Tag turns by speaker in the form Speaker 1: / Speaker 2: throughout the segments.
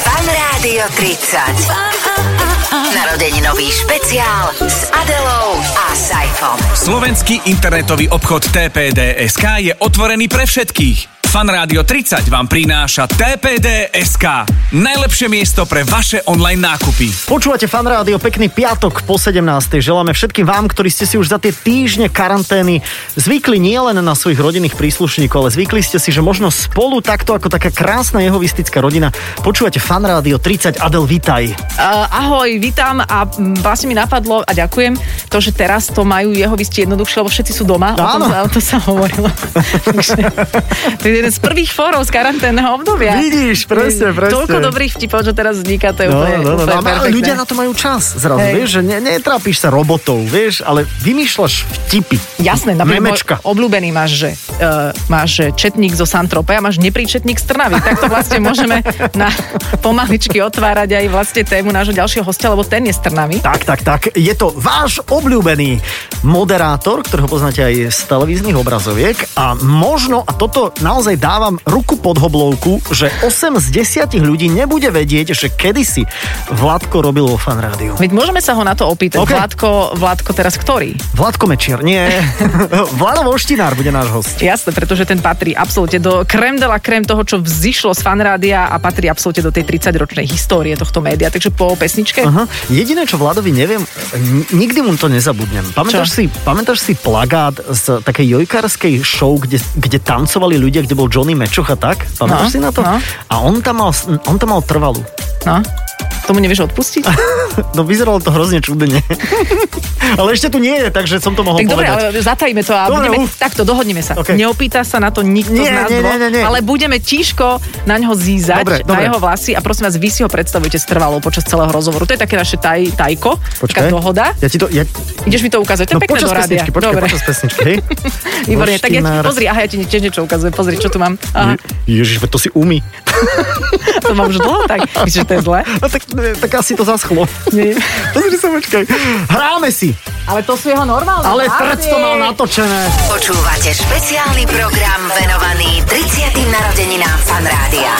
Speaker 1: Rádio 30. Narodeninový špeciál s Adelou a Saifom.
Speaker 2: Slovenský internetový obchod TPDSK je otvorený pre všetkých. Fanrádio 30 vám prináša TPDSK. Najlepšie miesto pre vaše online nákupy.
Speaker 3: Počúvate fan rádio, pekný piatok po 17. Želáme všetkým vám, ktorí ste si už za tie týždne karantény zvykli nielen na svojich rodinných príslušníkov, ale zvykli ste si, že možno spolu takto ako taká krásna jehovistická rodina počúvate fan rádio 30. Adel, vítaj.
Speaker 4: Uh, ahoj, vítam a mm, vlastne mi napadlo a ďakujem to, že teraz to majú jeho vysti jednoduchšie, lebo všetci sú doma. O tom,
Speaker 3: Áno.
Speaker 4: sa, o tom sa hovorilo. Takže, to je jeden z prvých fórov z karanténneho obdobia.
Speaker 3: Vidíš, presne, presne. No,
Speaker 4: Toľko dobrých vtipov, že teraz vzniká, to je úplne, úplne
Speaker 3: A ma-
Speaker 4: perfektné.
Speaker 3: ľudia na to majú čas zrazu,
Speaker 4: Hej.
Speaker 3: vieš, že ne, netrápiš sa robotou, vieš, ale vymýšľaš vtipy.
Speaker 4: Jasné, napríklad
Speaker 3: Memečka.
Speaker 4: môj obľúbený máš, že uh, máš že četník zo Santrope a máš nepríčetník z Trnavy. Tak to vlastne môžeme na pomaličky otvárať aj vlastne tému nášho ďalšieho hostia, lebo ten je z Trnavy.
Speaker 3: Tak, tak, tak. Je to váš obľúbený moderátor, ktorého poznáte aj z televíznych obrazoviek a možno, a toto naozaj dávam ruku pod hoblovku, že 8 z 10 ľudí nebude vedieť, že kedysi Vládko robil vo fan rádiu.
Speaker 4: Veď môžeme sa ho na to opýtať.
Speaker 3: OK.
Speaker 4: Okay. Vládko, Vládko teraz ktorý?
Speaker 3: Vládko Mečiar, nie. Vlado Voštinár bude náš host.
Speaker 4: Jasné, pretože ten patrí absolútne do krem de la krem toho, čo vzýšlo z fanrádia a patrí absolútne do tej 30-ročnej histórie tohto média. Takže po pesničke uh-huh.
Speaker 3: Aha. Jediné, čo Vladovi neviem, n- nikdy mu to nezabudnem. Pamätáš
Speaker 4: Čo?
Speaker 3: si, pamätáš si plagát z takej jojkarskej show, kde, kde tancovali ľudia, kde bol Johnny Mečoch a tak? Pamätáš
Speaker 4: No,
Speaker 3: si na to?
Speaker 4: no.
Speaker 3: A on tam mal, on tam mal trvalú.
Speaker 4: no, tomu nevieš odpustiť?
Speaker 3: No vyzeralo to hrozne čudne. ale ešte tu nie je, takže som to mohol
Speaker 4: tak dobre,
Speaker 3: povedať.
Speaker 4: ale zatajme to a
Speaker 3: Dobre,
Speaker 4: budeme,
Speaker 3: uf.
Speaker 4: takto dohodneme sa.
Speaker 3: OK.
Speaker 4: Neopýta sa na to nikto
Speaker 3: Nie,
Speaker 4: z nás
Speaker 3: nie,
Speaker 4: dvoch,
Speaker 3: nie, nie, nie.
Speaker 4: ale budeme tížko na ňo zízať,
Speaker 3: Dobre,
Speaker 4: na
Speaker 3: dobre.
Speaker 4: jeho vlasy a prosím vás, vy si ho predstavujete strvalo počas celého rozhovoru. To je také naše taj, tajko, taká dohoda.
Speaker 3: Ja ti to, ja,
Speaker 4: Ideš mi to ukázať, to je
Speaker 3: no
Speaker 4: pekné
Speaker 3: počas
Speaker 4: do rádia.
Speaker 3: pesničky, počkaj,
Speaker 4: Dobre.
Speaker 3: počas pesničky, hej.
Speaker 4: Výborne, tak ja ti,
Speaker 3: Voštinár.
Speaker 4: pozri, aha, ja ti tiež niečo ukazujem, pozri, čo tu mám. Aha,
Speaker 3: Je, Ježiš, veď to si umí.
Speaker 4: to mám už dlho, tak myslíš, že to je zle?
Speaker 3: No tak, tak asi to zaschlo.
Speaker 4: Nie.
Speaker 3: Pozri sa, počkaj. Hráme si.
Speaker 4: Ale to sú jeho normálne.
Speaker 3: Ale trc to mal natočené.
Speaker 1: Počúvate špeciálny program venovaný 30. narodeninám Fanrádia.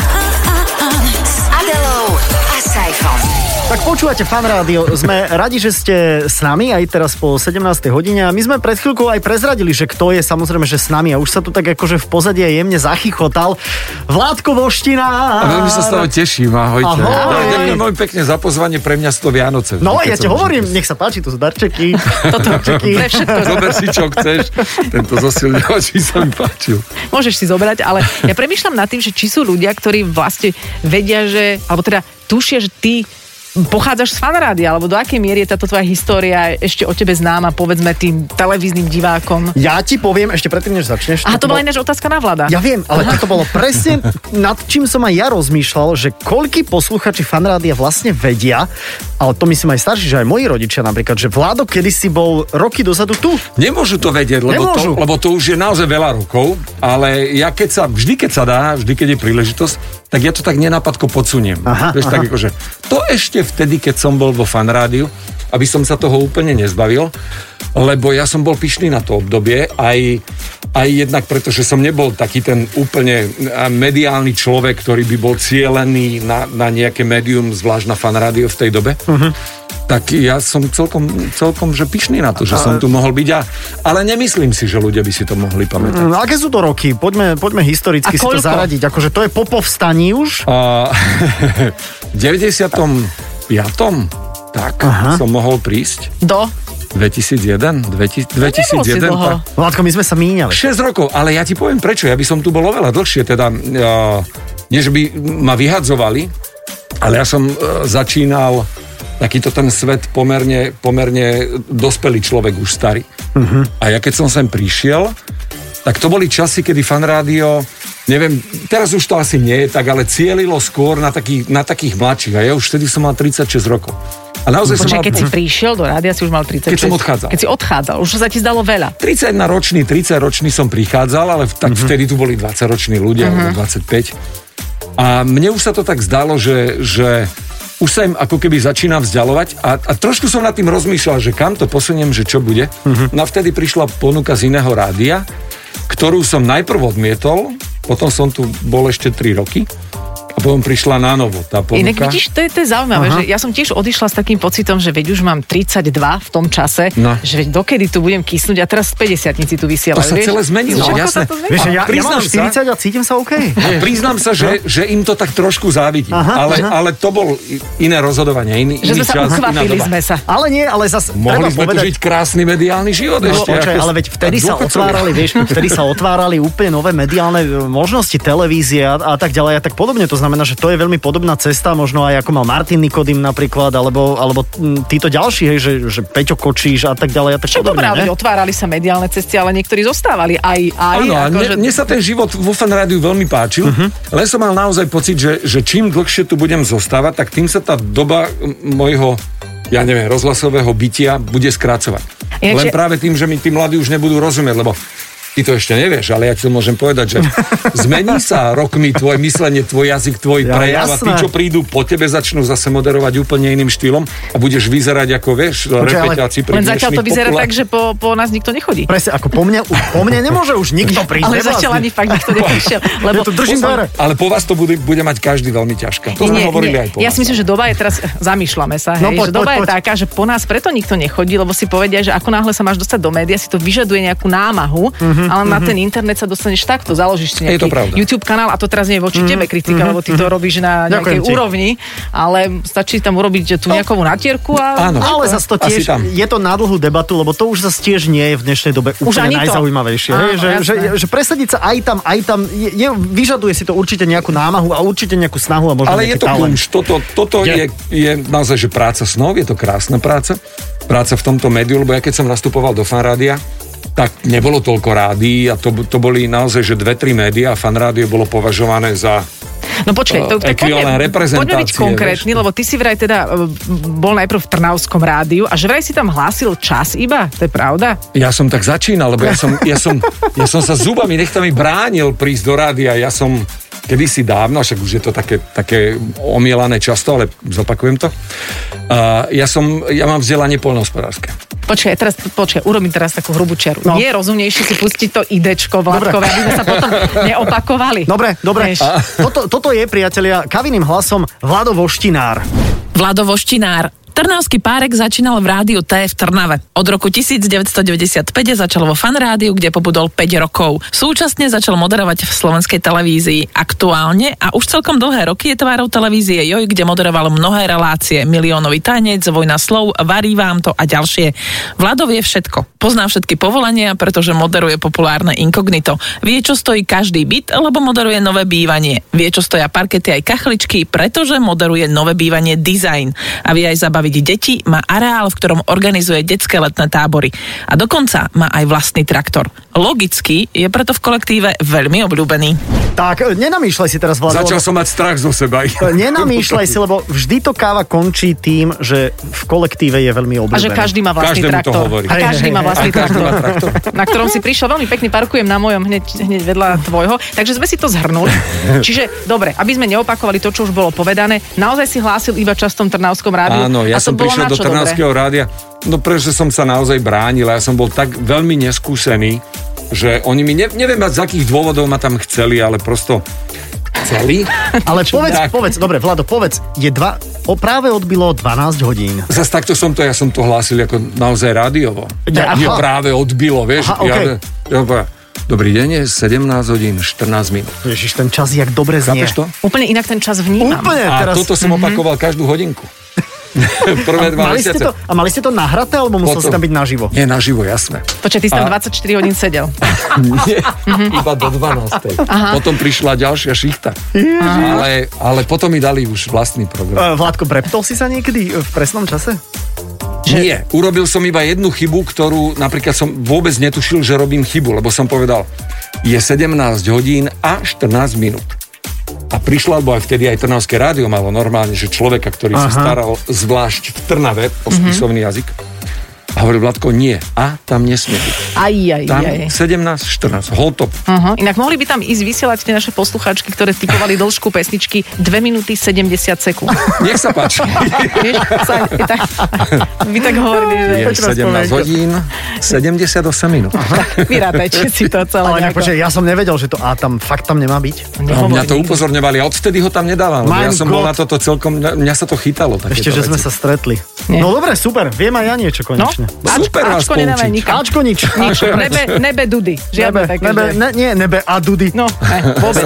Speaker 1: S Adelou a Saifom.
Speaker 3: Tak počúvate fan rádio, sme radi, že ste s nami aj teraz po 17. hodine a my sme pred chvíľkou aj prezradili, že kto je samozrejme, že s nami a už sa tu tak akože v pozadí aj jemne zachychotal. Vládko Voština.
Speaker 5: A veľmi sa z toho teším, ahojte.
Speaker 3: Ahoj.
Speaker 5: Ja, ďakujem veľmi pekne za pozvanie, pre mňa sú to Vianoce.
Speaker 3: No, ja
Speaker 5: Keď
Speaker 3: ti
Speaker 5: som-
Speaker 3: hovorím, nech sa páči, tu sú darčeky.
Speaker 4: Toto, pre všetko.
Speaker 5: Zober si, čo chceš. Tento zosilňovač by sa mi páčil.
Speaker 4: Môžeš si zobrať, ale ja premyšľam nad tým, že či sú ľudia, ktorí vlastne vedia, že, alebo teda tušia, že ty pochádzaš z fanrádia, alebo do akej miery je táto tvoja história ešte o tebe známa, povedzme tým televíznym divákom.
Speaker 3: Ja ti poviem, ešte predtým, než začneš.
Speaker 4: Aha, to
Speaker 3: toto
Speaker 4: bola ináč otázka na vlada.
Speaker 3: Ja viem, ale toto bolo presne nad čím som aj ja rozmýšľal, že koľky posluchači fanrádia vlastne vedia, ale to myslím aj starší, že aj moji rodičia napríklad, že Vládo kedysi bol roky dozadu tu.
Speaker 5: Nemôžu to vedieť, lebo
Speaker 3: Nemôžu.
Speaker 5: to, lebo to už je naozaj veľa rokov, ale ja keď sa, vždy keď sa dá, vždy keď je príležitosť, tak ja to tak nenapadko podsuniem.
Speaker 3: Aha,
Speaker 5: Vieš, tak akože, to ešte vtedy, keď som bol vo fanrádiu, aby som sa toho úplne nezbavil, lebo ja som bol pyšný na to obdobie, aj, aj jednak preto, že som nebol taký ten úplne eh, mediálny človek, ktorý by bol cielený na, na nejaké médium, zvlášť na fanrádio v tej dobe.
Speaker 3: Mhm.
Speaker 5: Uh-huh tak ja som celkom, celkom že pyšný na to, že som tu mohol byť. A, ale nemyslím si, že ľudia by si to mohli pamätať.
Speaker 3: No aké sú to roky? Poďme, poďme historicky si
Speaker 4: A
Speaker 3: to
Speaker 4: koľko?
Speaker 3: zaradiť. Akože to je po povstaní už.
Speaker 5: A, v 95. tak
Speaker 3: Aha.
Speaker 5: som mohol prísť.
Speaker 4: Do?
Speaker 5: 2001, 2000,
Speaker 4: nebol No si
Speaker 5: 2001.
Speaker 4: dlho.
Speaker 5: tak-
Speaker 3: Vládko, my sme sa míňali.
Speaker 5: 6 rokov, ale ja ti poviem prečo. Ja by som tu bol oveľa dlhšie, teda uh, nie, že by ma vyhadzovali, ale ja som uh, začínal takýto ten svet pomerne, pomerne dospelý človek, už starý. Uh-huh.
Speaker 4: Mhm.
Speaker 5: A ja keď som sem prišiel, tak to boli časy, kedy fanrádio, neviem, teraz už to asi nie je tak, ale cielilo skôr na, taký, na takých mladších. A ja už vtedy som mal 36 rokov. A naozaj som
Speaker 4: No Počkaj,
Speaker 5: mal...
Speaker 4: keď si prišiel do rádia, si už mal 30.
Speaker 5: Keď som odchádzal.
Speaker 4: Keď si odchádzal, už sa ti zdalo veľa.
Speaker 5: 31 ročný, 30 ročný som prichádzal, ale v- tak uh-huh. vtedy tu boli 20 roční ľudia, uh-huh. 25. A mne už sa to tak zdalo, že, že už sa im ako keby začínam vzdialovať a, a trošku som nad tým rozmýšľal, že kam to posuniem, že čo bude. Uh-huh. No a vtedy prišla ponuka z iného rádia, ktorú som najprv odmietol, potom som tu bol ešte 3 roky a potom prišla na novo tá ponuka.
Speaker 4: Inak vidíš, to je, to je zaujímavé,
Speaker 3: Aha.
Speaker 4: že ja som tiež odišla s takým pocitom, že veď už mám 32 v tom čase,
Speaker 5: No.
Speaker 4: že veď dokedy tu budem kysnúť a teraz 50 tu vysielajú.
Speaker 5: To sa
Speaker 4: vieš?
Speaker 5: celé zmenilo,
Speaker 4: Všetko
Speaker 5: jasné.
Speaker 4: Sa to zmenilo.
Speaker 3: Vieš,
Speaker 5: A
Speaker 3: ja, ja
Speaker 5: priznám
Speaker 3: mám 40
Speaker 5: sa-
Speaker 3: a cítim sa OK.
Speaker 5: A priznám sa, že, že im to tak trošku závidím.
Speaker 3: Aha,
Speaker 5: ale,
Speaker 3: aha.
Speaker 5: ale to bol i- iné rozhodovanie, iný,
Speaker 4: Že
Speaker 5: iný
Speaker 4: sme sa
Speaker 5: čas, iná
Speaker 4: uchvapili
Speaker 5: doba.
Speaker 4: sme sa. No,
Speaker 3: Ale nie, ale zase
Speaker 5: Mohli
Speaker 3: treba
Speaker 5: sme tu
Speaker 3: povedať,
Speaker 5: žiť krásny mediálny život
Speaker 3: No,
Speaker 5: ešte.
Speaker 3: počkaj,
Speaker 5: ako-
Speaker 3: ale veď vtedy
Speaker 5: a
Speaker 3: sa
Speaker 5: dôchodcovia.
Speaker 3: otvárali, vieš, vtedy sa otvárali úplne nové mediálne e, možnosti, televízie a, a tak ďalej a tak podobne. To znamená, že to je veľmi podobná cesta, možno aj ako mal Martin Nikodým napríklad, alebo, alebo mm, títo ďalší, hej, že, že Peťo Kočíš a tak ďalej a tak
Speaker 4: Však
Speaker 3: podobne.
Speaker 4: dobré, ale
Speaker 3: ne?
Speaker 4: otvárali sa mediálne cesty, ale niektorí zostávali aj, aj. akože-
Speaker 5: Áno, a
Speaker 4: ako,
Speaker 5: mne,
Speaker 4: že-
Speaker 5: mne sa ten život vo fanrádiu veľmi páčil,
Speaker 3: Mhm.
Speaker 5: uh-huh. len som mal naozaj pocit, že, že čím dlhšie tu budem zostávať, tak tým sa tá doba m- mojho, ja neviem, rozhlasového bytia bude skracovať.
Speaker 4: Inak,
Speaker 5: len
Speaker 4: že-
Speaker 5: práve tým, že mi tí mladí už nebudú rozumieť, lebo ty to ešte nevieš, ale ja ti to môžem povedať, že zmení sa rokmi tvoje myslenie, tvoj jazyk, tvoj
Speaker 3: Ja,
Speaker 5: prejav a tí,
Speaker 3: jasné.
Speaker 5: čo prídu po tebe, začnú zase moderovať úplne iným štýlom a budeš vyzerať ako, vieš,
Speaker 3: ale-
Speaker 5: repetáci pri
Speaker 4: Len zatiaľ to
Speaker 5: dnešných
Speaker 4: vyzerá
Speaker 5: populách.
Speaker 4: tak, že po, po nás nikto nechodí.
Speaker 3: Presne, ako po mne, po mne nemôže už nikto prísť.
Speaker 4: Ale zatiaľ ani fakt nikto neprišiel. Lebo
Speaker 3: Ja tu držím dvere.
Speaker 5: Ale po vás to bude, bude mať každý veľmi ťažké. To sme hovorili aj po
Speaker 4: Ja
Speaker 5: vás.
Speaker 4: si myslím, že doba je teraz, zamýšľame sa, hej,
Speaker 3: No poď,
Speaker 4: že doba
Speaker 3: poď,
Speaker 4: je
Speaker 3: poď.
Speaker 4: taká, že po nás preto nikto nechodí, lebo si povedia, že ako náhle sa máš dostať do média, si to vyžaduje nejakú námahu, ale na ten internet sa dostaneš takto, založíš si
Speaker 5: Mhm, Je to
Speaker 4: nejaký
Speaker 5: pravda. Mhm,
Speaker 4: YouTube kanál a to teraz nie je voči tebe kritika, lebo ty to robíš
Speaker 3: Ďakujem
Speaker 4: na nejakej
Speaker 3: ti.
Speaker 4: úrovni, ale stačí tam urobiť tú nejakovú natierku a...
Speaker 5: No. Áno.
Speaker 3: Ale zase to
Speaker 5: Asi
Speaker 3: tiež,
Speaker 5: tam.
Speaker 3: je to na dlhú debatu, lebo to už zase tiež nie je v dnešnej dobe úplne
Speaker 4: ani to.
Speaker 3: najzaujímavejšie. hej?
Speaker 4: Áno,
Speaker 3: že, že,
Speaker 4: jasné.
Speaker 3: že presadiť sa aj tam, aj tam, je, je, vyžaduje si to určite nejakú námahu a určite nejakú snahu a možno
Speaker 5: Ale je
Speaker 3: nejaký
Speaker 5: to
Speaker 3: talent.
Speaker 5: kľúč. Toto, toto je. Je, je naozaj, že práca snov, je to krásna práca. Práca v tomto médiu, lebo ja keď som nastupoval do fanrádia, tak nebolo toľko rádií a to, to boli naozaj, že dve, tri médiá a fanrádio bolo považované za
Speaker 4: No počkaj, to, to,
Speaker 5: E, ekvivalent
Speaker 4: poďme,
Speaker 5: reprezentácie,
Speaker 4: poďme byť konkrétny,
Speaker 5: vieš.
Speaker 4: lebo ty si vraj teda e, bol najprv v Trnavskom rádiu a že vraj si tam hlásil čas iba, to je pravda?
Speaker 5: Ja som tak začínal, lebo ja som, ja som, ja som sa zubami nechtami bránil prísť do rádia. Ja som kedysi dávno, však už je to také, také omielané často, ale zopakujem to. Uh, ja, som, ja mám vzdelanie poľnohospodárske.
Speaker 4: Počkaj, teraz, počkaj, urobím teraz takú hrubú čeru.
Speaker 3: No.
Speaker 4: No. Je rozumnejšie si pustiť to idečko vládkové, aby sme sa potom neopakovali.
Speaker 3: Dobre, dobre.
Speaker 4: Vieš.
Speaker 3: Toto, toto je, priatelia, kaviným hlasom Vlado Voštinár.
Speaker 6: Vlado Voštinár. Trnavský párek začínal v rádiu T v Trnave. Od roku 1995 začal vo fan rádiu, kde pobudol 5 rokov. Súčasne začal moderovať v slovenskej televízii aktuálne a už celkom dlhé roky je tvárou televízie Joj, kde moderoval mnohé relácie. Miliónový tanec, vojna slov, varí vám to a ďalšie. Vlado vie všetko. Pozná všetky povolania, pretože moderuje populárne inkognito. Vie, čo stojí každý byt, lebo moderuje nové bývanie. Vie, čo stoja parkety aj kachličky, pretože moderuje nové bývanie Design. A vie aj zabaviť deti, má areál, v ktorom organizuje detské letné tábory. A dokonca má aj vlastný traktor. Logicky je preto v kolektíve veľmi obľúbený.
Speaker 3: Tak, e, nenamýšľaj si teraz, Vlado.
Speaker 5: Začal
Speaker 3: lebo-
Speaker 5: som mať strach zo seba.
Speaker 3: e, Nenamýšľaj si, lebo vždy to káva končí tým, že v kolektíve je veľmi obľúbený.
Speaker 4: A že každý má vlastný
Speaker 5: Každému to
Speaker 4: traktor.
Speaker 5: hovorí.
Speaker 4: A
Speaker 3: Hej,
Speaker 4: každý
Speaker 3: hej,
Speaker 4: má
Speaker 3: hej.
Speaker 4: vlastný
Speaker 5: A každý
Speaker 4: traktor.
Speaker 5: má traktor.
Speaker 4: Na ktorom si prišiel, veľmi pekne parkujem na mojom hneď, hneď vedľa tvojho. Takže sme si to zhrnuli. Čiže dobre, aby sme neopakovali to, čo už bolo povedané, naozaj si hlásil iba častom Trnavskom rádiu.
Speaker 5: Áno,
Speaker 4: a
Speaker 5: ja
Speaker 4: to
Speaker 5: som
Speaker 4: bolo
Speaker 5: prišiel
Speaker 4: na
Speaker 5: do
Speaker 4: čo dobré?
Speaker 5: Trnavského rádia, no pretože som sa naozaj bránil, a ja som bol tak veľmi neskúsený, že oni mi, ne, neviem z akých dôvodov ma tam chceli, ale prosto chceli.
Speaker 3: Ale povedz,
Speaker 5: Tak.
Speaker 3: povedz, dobre, Vlado, povedz, je dva, o, práve odbilo 12 hodín.
Speaker 5: Zas takto som to, ja som to hlásil ako naozaj rádiovo.
Speaker 3: Ja, aha.
Speaker 5: Ja, ja práve odbilo, vieš.
Speaker 3: Aha, okej.
Speaker 5: ja, ja, povedal, Dobrý deň, je 17 hodín, 14 minút.
Speaker 3: Ježiš, ten čas, jak dobre znie.
Speaker 5: Chápeš to?
Speaker 4: Úplne inak ten čas vnímam.
Speaker 3: Úplne
Speaker 5: A
Speaker 3: teraz.
Speaker 5: toto som opakoval každú hodinku. Prvé dva
Speaker 3: mali ste
Speaker 5: mesiace.
Speaker 3: to, a mali ste to nahraté, alebo musel si
Speaker 5: Potom-
Speaker 3: tam byť naživo?
Speaker 5: Nie, naživo, jasné.
Speaker 4: Počkaj, ty si tam
Speaker 5: A-
Speaker 4: 24 hodín sedel.
Speaker 5: Nie, iba do 12. Potom prišla ďalšia šichta. Ale, ale potom mi dali už vlastný
Speaker 3: E,
Speaker 5: program.
Speaker 3: Vládko, breptol si sa niekedy e, v presnom čase?
Speaker 5: Nie, urobil som iba jednu chybu, ktorú napríklad som vôbec netušil, že robím chybu, lebo som povedal, je 17 hodín a 14 minút. A prišla, lebo aj vtedy aj Trnavské rádio malo normálne, že človeka, ktorý Aha. sa
Speaker 3: Aha.
Speaker 5: staral zvlášť v Trnave o spisovný jazyk, A hovorí Vládko, nie. A tam nesmie byť.
Speaker 4: Aj, aj,
Speaker 5: Tam
Speaker 4: aj.
Speaker 5: 17, 14, hotop.
Speaker 4: Uh-huh. Inak mohli by tam ísť vysielať tie naše posluchačky, ktoré typovali dĺžku pesničky 2 minúty 70 sekúnd.
Speaker 5: Nech sa páči.
Speaker 4: Vieš, sa, je tak, vy tak hovorili, že...
Speaker 5: Je 17 hodín, 78 minút.
Speaker 4: Vyrátajte si to celé
Speaker 3: Ale nejak,
Speaker 4: nejako. No,
Speaker 3: počkej, ja som nevedel, že to A tam fakt tam nemá byť.
Speaker 5: No, mňa to upozorňovali a odvtedy ho tam nedával.
Speaker 3: Mein
Speaker 5: ja som bol
Speaker 3: Gott.
Speaker 5: na toto celkom, mňa, mňa sa to chytalo.
Speaker 3: Ešte, že sme sa stretli.
Speaker 4: Nie.
Speaker 3: No dobre, super, viem aj ja niečo
Speaker 4: No,
Speaker 3: konečne.
Speaker 5: Super vás
Speaker 4: Ačko nedávaj
Speaker 5: poučiť.
Speaker 4: nikam.
Speaker 3: Ačko nič.
Speaker 4: Nič, nebe, nebe dudy. Žiadne
Speaker 3: Nebe,
Speaker 4: také,
Speaker 3: nebe,
Speaker 4: že-
Speaker 3: ne, nie, nebe a dudy.
Speaker 4: No, ne, vôbec.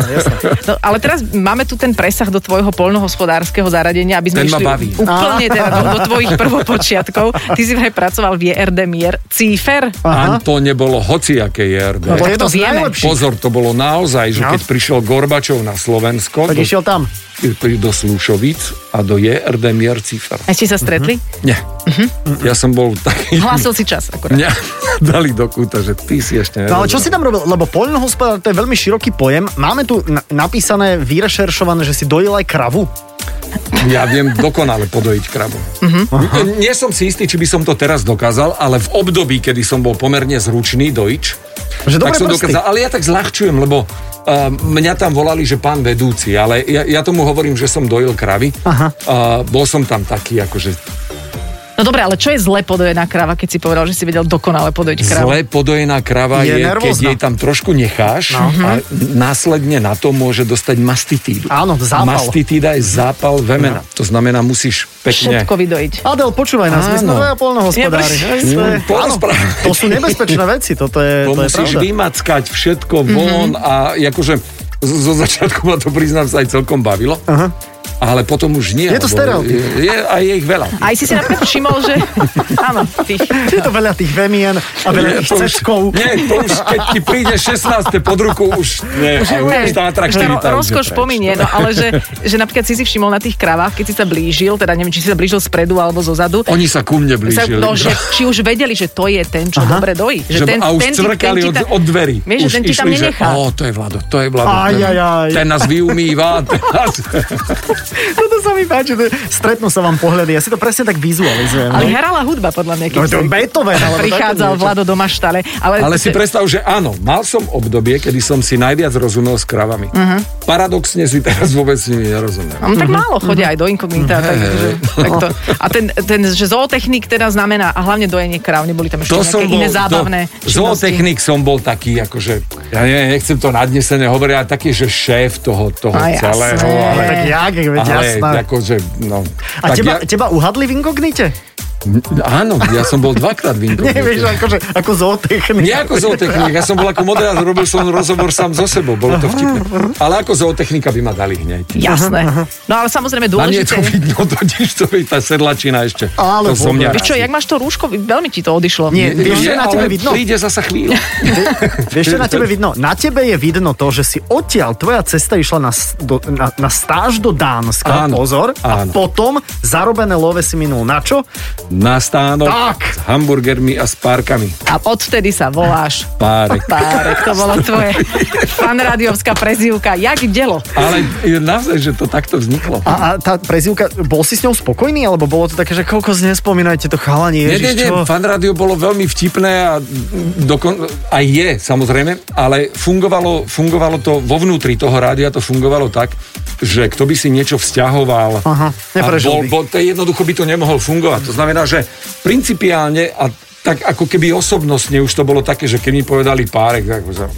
Speaker 4: No, ale teraz máme tu ten presah do tvojho polnohospodárskeho zaradenia, aby sme
Speaker 5: Ten ma
Speaker 4: išli
Speaker 5: baví.
Speaker 4: úplne teda do, do tvojich prvopočiatkov. Ty si vraj pracoval v JRD Mier. Cífer?
Speaker 5: Aha. To nebolo hociaké JRD.
Speaker 3: No, To
Speaker 4: tak
Speaker 3: je jedno
Speaker 4: to
Speaker 3: z
Speaker 4: vieme.
Speaker 3: najlepších.
Speaker 5: Pozor, to bolo naozaj, že
Speaker 3: No.
Speaker 5: keď prišiel Gorbačov na Slovensko,
Speaker 3: Tak
Speaker 5: do,
Speaker 3: išiel tam.
Speaker 5: pri- do Slušovic a do JRD Mier Cifer.
Speaker 4: A ste sa stretli?
Speaker 5: Nie.
Speaker 3: Mhm.
Speaker 5: Ja som bol taký...
Speaker 4: Hlásil si čas akorát.
Speaker 5: Mňa dali do kúta, že ty si ešte
Speaker 3: No ale čo si tam robil? Lebo poľnohospodár to je veľmi široký pojem. Máme tu na- napísané, vyrešeršované, že si dojil aj kravu.
Speaker 5: Ja viem dokonale podojiť krabu.
Speaker 3: Mhm.
Speaker 5: Nie, nie som si istý, či by som to teraz dokázal, ale v období, kedy som bol pomerne zručný dojič,
Speaker 3: Že
Speaker 5: tak
Speaker 3: dobré
Speaker 5: som
Speaker 3: prsty.
Speaker 5: dokázal. Ale ja tak zľahčujem, lebo uh, mňa tam volali, že pán vedúci, ale ja, ja tomu hovorím, že som dojil kravy.
Speaker 3: Aha.
Speaker 5: Uh, bol som tam taký, akože
Speaker 4: No dobre, ale čo je zle podojená krava, keď si povedal, že si vedel dokonale podojiť kravu?
Speaker 5: zle podojená krava
Speaker 3: Je
Speaker 5: je, keď
Speaker 3: nervózna. Mhm.
Speaker 5: jej tam trošku necháš no. a následne na to môže dostať mastitídu.
Speaker 3: Áno, zápal. No.
Speaker 5: Mastitída je zápal vemena. To znamená, musíš pekne...
Speaker 4: Všetko vydojiť.
Speaker 3: Adel, počúvaj nás, my sme
Speaker 5: Áno.
Speaker 3: dvaja poľnohospodári.
Speaker 4: Ja,
Speaker 3: Hej, to je-
Speaker 5: Mm, porozprávaj.
Speaker 3: Áno, To sú nebezpečné veci, toto je, to
Speaker 5: To
Speaker 3: je
Speaker 5: musíš
Speaker 3: pravda.
Speaker 5: vymackať všetko von
Speaker 4: Mhm.
Speaker 5: a akože z- zo začiatku ma to priznám sa aj celkom bavilo. Aha. Ale potom už nie.
Speaker 3: Je to
Speaker 5: lebo
Speaker 3: stereotyp.
Speaker 5: Je, je, a je ich veľa.
Speaker 4: Aj si si napríklad všimol, že... Áno, ty.
Speaker 3: Je to veľa tých vemien a
Speaker 5: Je,
Speaker 3: veľa tých
Speaker 5: to už-
Speaker 3: cečkov.
Speaker 5: Nie, to už keď ti príde 16. pod ruku, už nie. Už,
Speaker 4: Hej,
Speaker 5: už tá atraktivita.
Speaker 4: ro-
Speaker 5: už je
Speaker 4: rozkoš
Speaker 5: preč.
Speaker 4: pominie, no ale že, že napríklad si si všimol na tých kravách, keď si sa blížil, teda neviem, či si sa blížil spredu alebo zozadu,
Speaker 5: Oni sa ku mne
Speaker 4: sa,
Speaker 5: blížili.
Speaker 4: no, že, či už vedeli, že to je ten, čo dobre dojí. Že
Speaker 5: Že,
Speaker 4: ten,
Speaker 5: a už
Speaker 4: ten, ti-
Speaker 5: cvrkali
Speaker 4: ten ti
Speaker 5: od,
Speaker 4: tam-
Speaker 5: od dverí.
Speaker 4: Vieš, že
Speaker 5: už
Speaker 4: ten ti tam
Speaker 5: išli,
Speaker 4: nenechá.
Speaker 5: Že, o, to je Vlado, to je Vlado.
Speaker 3: Aj,
Speaker 5: ten,
Speaker 3: aj, aj.
Speaker 5: ten nás vyumýva. Ten nás...
Speaker 3: Toto sa mi páči, No to je- stretnú sa vám pohľady, ja si to presne tak vizualizujem.
Speaker 4: Ale
Speaker 3: no.
Speaker 4: hrala hudba, podľa mňa, keď
Speaker 3: No, to
Speaker 4: si-
Speaker 3: Beethoven, alebo také
Speaker 4: prichádzal
Speaker 3: niečo.
Speaker 4: Vlado do maštale. Ale,
Speaker 5: Ale si predstav, že áno, mal som obdobie, kedy som si najviac rozumel s kravami. Uh-huh.
Speaker 3: Mhm.
Speaker 5: Paradoxne si teraz vôbec s nimi nerozumiem.
Speaker 4: No, tak málo chodia aj do
Speaker 5: Mhm.
Speaker 4: inkognita. Tak, že, takto.
Speaker 5: No.
Speaker 4: A ten, ten, že zootechnik teda znamená, a hlavne dojenie kráv, neboli tam ešte
Speaker 5: To
Speaker 4: nejaké
Speaker 5: som bol,
Speaker 4: iné zábavné
Speaker 5: do, zootechnik som bol taký, akože, ja neviem, nechcem to nadnesene hovoriť, ale taký, že šéf toho, toho
Speaker 4: A jasné.
Speaker 5: celého.
Speaker 3: Ale
Speaker 5: Ale,
Speaker 3: No, tak jak, veď
Speaker 5: ale
Speaker 3: jasná.
Speaker 5: akože, no.
Speaker 3: A
Speaker 5: tak
Speaker 3: teba,
Speaker 5: ja,
Speaker 3: teba uhadli v inkognite?
Speaker 5: áno, ja som bol dvakrát
Speaker 3: Nie,
Speaker 5: v Indonézii.
Speaker 3: vieš, akože, ako zootechnik.
Speaker 5: Nie ako zootechnik, ja som bol ako moderátor, robil som rozhovor sám so sebou, bolo to vtipné. Ale ako zootechnika by ma dali hneď.
Speaker 4: Jasné. No ale samozrejme
Speaker 5: Mhm, Na mne
Speaker 4: dôležité...
Speaker 5: to vidno, totiž to je tá sedlačina ešte.
Speaker 3: Ale
Speaker 5: to zo mňa
Speaker 4: Vieš čo, jak máš to rúško, veľmi ti to odišlo.
Speaker 3: Nie, vieš, čo je na
Speaker 5: ale
Speaker 3: tebe vidno?
Speaker 5: Príde zasa chvíľa.
Speaker 3: Vieš, čo je na tebe
Speaker 4: Hm.
Speaker 3: vidno? Na tebe je vidno to, že si odtiaľ, tvoja cesta išla na, s- do, na, na stáž do Dánska,
Speaker 5: Áno,
Speaker 3: pozor, a
Speaker 5: áno.
Speaker 3: potom zarobené love si minul na čo?
Speaker 5: Na stánok
Speaker 3: Tak.
Speaker 5: s hamburgermi a s párkami.
Speaker 4: A odvtedy sa voláš
Speaker 5: Párek.
Speaker 4: Párek, to bolo tvoje fanrádiovská prezývka. Jak delo?
Speaker 5: Ale je naozaj, že to takto vzniklo.
Speaker 3: A, a tá prezivka, bol si s ňou spokojný, alebo bolo to také, že koľko z nespomínajte to chalani,
Speaker 5: Nie,
Speaker 3: ježiš,
Speaker 5: nie, nie,
Speaker 3: čo?
Speaker 5: fan rádio bolo veľmi vtipné a dokon, aj je, samozrejme, ale fungovalo, fungovalo to vo vnútri toho rádia, to fungovalo tak, že kto by si niečo vzťahoval,
Speaker 3: Aha,
Speaker 5: a
Speaker 3: neprežil
Speaker 5: bol,
Speaker 3: by.
Speaker 5: bol, to je jednoducho by to nemohol fungovať. To znamená, že principiálne a tak ako keby osobnostne už to bolo také, že keď mi povedali párek, tak už som-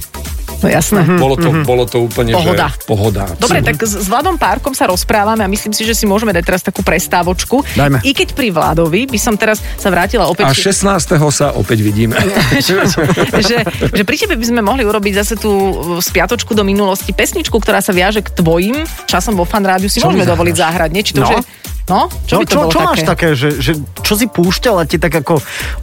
Speaker 4: No jasné.
Speaker 3: Hm,
Speaker 5: bolo to,
Speaker 3: mhm.
Speaker 5: bolo to úplne
Speaker 4: Pohoda.
Speaker 5: Že, pohoda.
Speaker 4: Dobre, tak s s Vladom Párkom sa rozprávame a myslím si, že si môžeme dať teraz takú prestávočku.
Speaker 3: Dajme.
Speaker 4: I keď pri Vladovi by som teraz sa vrátila opäť...
Speaker 5: A 16. sa opäť vidíme.
Speaker 4: že, že pri tebe by sme mohli urobiť zase tú e, spiatočku do minulosti pesničku, ktorá sa viaže k tvojim časom vo fan rádiu si
Speaker 3: Čo mi
Speaker 4: môžeme
Speaker 3: zahráš?
Speaker 4: dovoliť zahrať. Nie? Či to
Speaker 3: No.
Speaker 4: už je, no? Čo
Speaker 3: Čo,
Speaker 4: by to
Speaker 3: čo,
Speaker 4: bolo
Speaker 3: čo
Speaker 4: také?
Speaker 3: máš také, že, že čo si púšťala, ti tak ako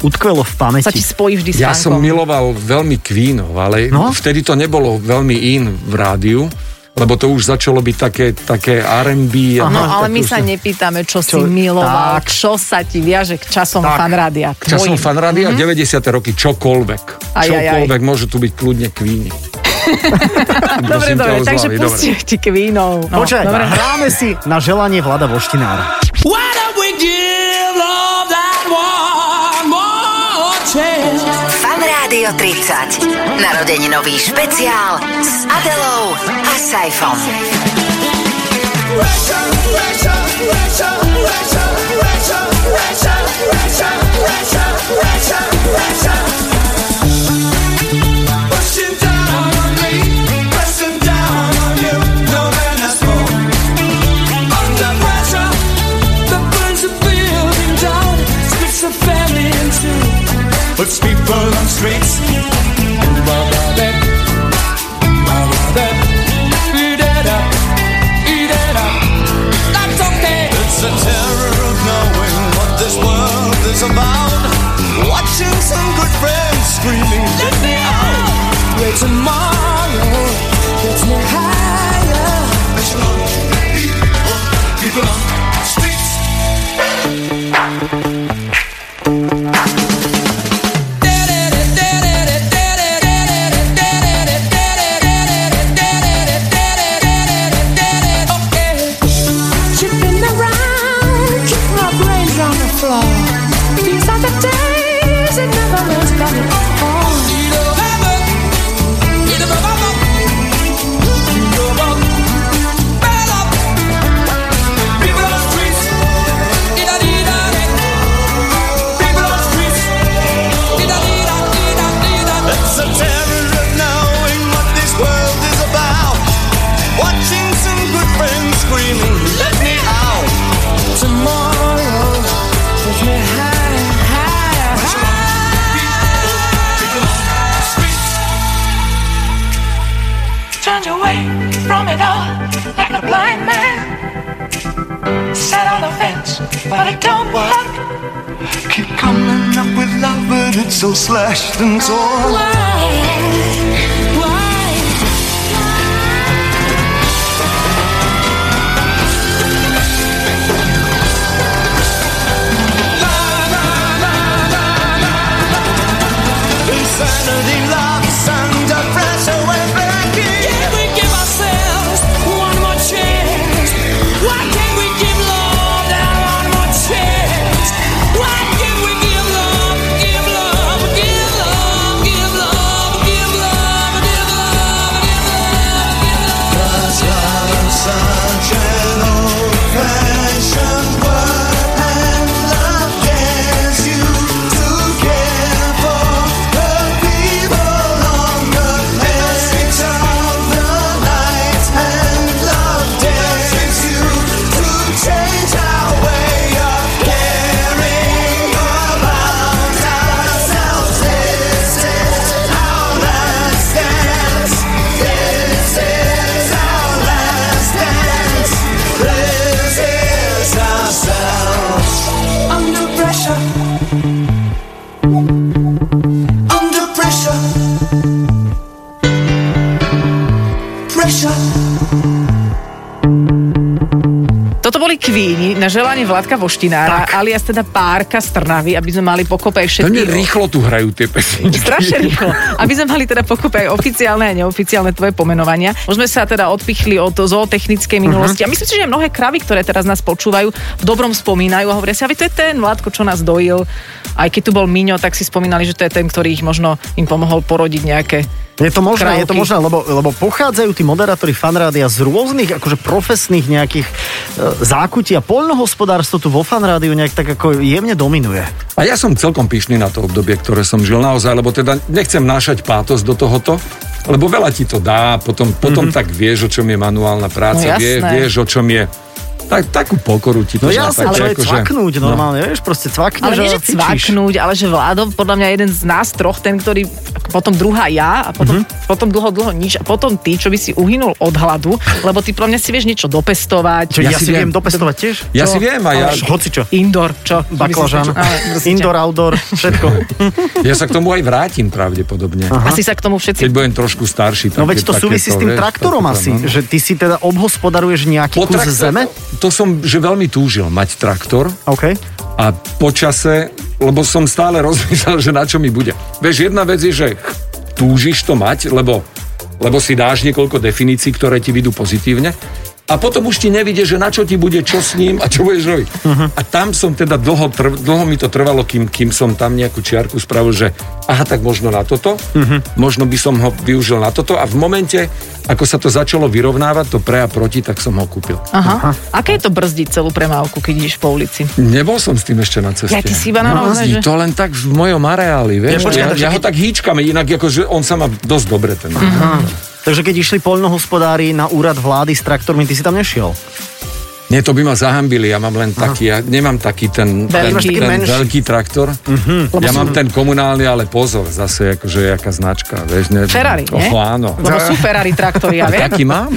Speaker 3: utkvelo v pamäti?
Speaker 4: Sa ti spojí vždy s
Speaker 5: Ja som
Speaker 4: Frankom.
Speaker 5: miloval veľmi Queenov, ale
Speaker 3: No?
Speaker 5: no? vtedy to nebolo veľmi in v rádiu, lebo to už začalo byť také, také R&B.
Speaker 4: No,
Speaker 5: a
Speaker 4: ale
Speaker 5: tak
Speaker 4: my
Speaker 5: už
Speaker 4: sa nepýtame, čo,
Speaker 3: Čo-
Speaker 4: si miloval,
Speaker 3: tak.
Speaker 4: čo sa ti viaže k časom
Speaker 3: Tak.
Speaker 4: fan rádia. k
Speaker 5: Časom
Speaker 4: tvojim.
Speaker 5: fan rádia, mm-hmm. 90. roky, čokoľvek.
Speaker 4: Mhm. Aj, aj, aj.
Speaker 5: čokoľvek, môže tu byť kľudne Queeny.
Speaker 4: Dobre,
Speaker 5: Prosím ťa,
Speaker 4: dobre,
Speaker 5: ozvali,
Speaker 4: takže
Speaker 5: dobre.
Speaker 4: pustím ti kvínov. No,
Speaker 3: Počkaj,
Speaker 4: dobre.
Speaker 3: hráme si na želanie Vlada Voštinára.
Speaker 7: Why don't we give love that one more
Speaker 1: Rádio 30. Narodeninový špeciál s Adelou a Saifom.
Speaker 7: Puts people on streets. It's the terror of knowing what this world is about. Watching some good friends screaming, let me out. Wait tomorrow, gets me higher. People on streets.
Speaker 8: Chipping around, keep my brains on the floor. These are the days it never ends, but it all.
Speaker 7: It's the terror of knowing what this world is about. Watching some good friends screaming, let me out. Tomorrow, take me higher, higher, higher.
Speaker 8: Turned away from it all like a blind man. Sat on the fence, but it don't work.
Speaker 7: Keep coming up with love, but it's so slashed and torn. Insanity loves under pressure when breaking.
Speaker 8: Can we give ourselves one more chance? Why can't we give love that one more chance? Why can't we give love, give love, give love, give love, give love, give love, give love, give love?
Speaker 7: Cause love is such an old-fashioned word, and love dares you to care for the people on the edge of the light, and love dares you to change our way of caring about ourselves. This is our last dance. This is our last dance. This is ourselves. Under pressure. Under pressure. Pressure.
Speaker 4: Toto boli kvíni na želanie Vládka Voštinára, tak. alias teda párka z Trnavy, aby sme mali pokope aj
Speaker 5: Veľmi
Speaker 4: všetky...
Speaker 5: rýchlo tu hrajú tie pesničky.
Speaker 4: Strašne rýchlo. Aby sme mali teda pokope aj oficiálne a neoficiálne tvoje pomenovania. Už sme sa teda odpichli od zootechnickej minulosti. Uh-huh. A myslím si, že aj mnohé kravy, ktoré teraz nás počúvajú, v dobrom spomínajú a hovoria si, a vy to je ten Vládko, čo nás dojil. Aj keď tu bol Miňo, tak si spomínali, že to je ten, ktorý ich možno im pomohol porodiť nejaké
Speaker 3: Je to možné, je to
Speaker 4: Krávky.
Speaker 3: možné, lebo, lebo pochádzajú tí moderátori fanrádia z rôznych akože profesných nejakých e, zákutí a poľnohospodárstvo tu vo fanrádiu nejak tak ako jemne dominuje.
Speaker 5: A ja som celkom pyšný na to obdobie, ktoré som žil naozaj, lebo teda nechcem nášať pátos do tohoto, lebo veľa ti to dá, potom, potom mm-hmm. tak vieš, o čom je manuálna práca,
Speaker 4: No
Speaker 5: vie,
Speaker 4: jasné.
Speaker 5: vieš, o čom je... Tak, takú pokoru ti
Speaker 3: No
Speaker 5: to dá.
Speaker 3: jasné,
Speaker 5: takže
Speaker 3: čo je
Speaker 5: akože-
Speaker 3: cvaknúť normálne, vieš, proste cvakneš
Speaker 4: Ale nie,
Speaker 3: a
Speaker 4: že
Speaker 3: No, cvičíš.
Speaker 4: cvaknúť, ale že vládo, podľa mňa jeden z nás troch, ten, ktorý potom druhá ja a potom,
Speaker 3: Mhm.
Speaker 4: mm-hmm. potom dlho, dlho nič a potom ty, čo by si uhynul od hladu, lebo ty podľa mňa si vieš niečo dopestovať.
Speaker 3: Čo, ja,
Speaker 5: Ja
Speaker 3: si
Speaker 5: si
Speaker 3: viem
Speaker 5: viem.
Speaker 3: dopestovať tiež?
Speaker 5: Ja si viem a ja,
Speaker 3: No, Ale hoci čo.
Speaker 4: Indoor, čo?
Speaker 3: Baklažan,
Speaker 4: Ale proste.
Speaker 3: indoor, outdoor, všetko.
Speaker 5: ja sa k tomu aj vrátim pravdepodobne. Aha.
Speaker 4: Asi sa k tomu všetci...
Speaker 5: Keď budem trošku starší.
Speaker 3: No veď
Speaker 5: také-
Speaker 3: to
Speaker 5: takéto,
Speaker 3: súvisí s tým
Speaker 5: vieš,
Speaker 3: traktorom
Speaker 5: takéto,
Speaker 3: asi,
Speaker 5: no.
Speaker 3: že ty si teda obhospodaruješ nejaký
Speaker 5: Po
Speaker 3: kus
Speaker 5: traktore-
Speaker 3: zeme?
Speaker 5: To som, že veľmi túžil mať traktor,
Speaker 3: OK.
Speaker 5: a počase, lebo som stále rozmýšľal, že na čo mi bude. Vieš, jedna vec je, že túžiš to mať, lebo, lebo si dáš niekoľko definícií, ktoré ti vidú pozitívne, a potom už ti nevidie, že na čo ti bude, čo s ním a čo budeš robiť. Uh-huh. A tam som teda dlho, trv, dlho mi to trvalo, kým, kým som tam nejakú čiarku spravil, že aha, tak možno na toto, uh-huh. možno by som ho využil na toto a v momente, ako sa to začalo vyrovnávať, to pre a proti, tak som ho kúpil.
Speaker 4: Aha. Aké je to brzdiť celú premávku, keď ideš po ulici?
Speaker 5: Nebol som s tým ešte na ceste.
Speaker 4: Ja, ty si iba na
Speaker 5: No,
Speaker 4: naozaj, že-
Speaker 5: To len tak v mojom areáli,
Speaker 3: Ja,
Speaker 5: vieš.
Speaker 3: počkaj,
Speaker 5: Ja,
Speaker 3: takže
Speaker 5: ja, ho
Speaker 3: keď-
Speaker 5: tak hýčkam, inak akože on sa má dosť dobre ten.
Speaker 4: Mhm.
Speaker 3: Takže keď išli poľnohospodári na úrad vlády s traktormi, ty si tam nešiel.
Speaker 5: Nie, to by ma zahambili, ja mám len taký, ja nemám taký ten, ten,
Speaker 4: Veľký.
Speaker 5: ten,
Speaker 3: Menší.
Speaker 5: veľký traktor.
Speaker 3: Mhm.
Speaker 5: Uh-huh. Ja mám ten komunálny, ale pozor, zase akože jaká značka, vieš. Ne,
Speaker 4: Ferrari, nie?
Speaker 5: Oh, áno.
Speaker 4: Lebo sú Ferrari traktory, ja viem.
Speaker 5: Taký mám.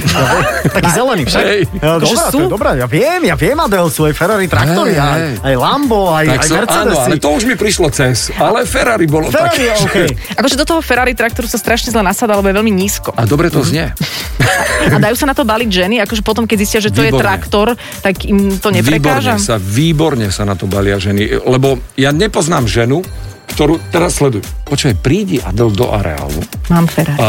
Speaker 3: Taký zelený však.
Speaker 5: Hej.
Speaker 3: Ja,
Speaker 4: Akože
Speaker 3: No, dobrá,
Speaker 4: sú?
Speaker 3: to je dobrá, ja viem, ja viem, Adel, sú aj Ferrari traktory,
Speaker 5: Hej,
Speaker 3: aj,
Speaker 5: hej.
Speaker 3: aj Lambo, aj, aj
Speaker 5: som- áno,
Speaker 3: Mercedesy.
Speaker 5: ale to už mi prišlo cez. Ale Ferrari bolo
Speaker 3: Ferrari je
Speaker 5: také.
Speaker 3: OK.
Speaker 4: Akože do toho Ferrari traktoru sa strašne zle nasadá, lebo je veľmi nízko.
Speaker 5: A dobre to znie.
Speaker 4: A dajú sa na to baliť ženy, akože potom, keď zistia, že to je
Speaker 5: Výborne.
Speaker 4: traktor, tak im to
Speaker 5: Výborne
Speaker 4: neprekáža.
Speaker 5: sa, výborne sa na to balia ženy. Lebo ja nepoznám ženu, ktorú teraz sleduj. Počkaj, prídi Adel do areálu.
Speaker 4: Mám Ferrari.
Speaker 5: A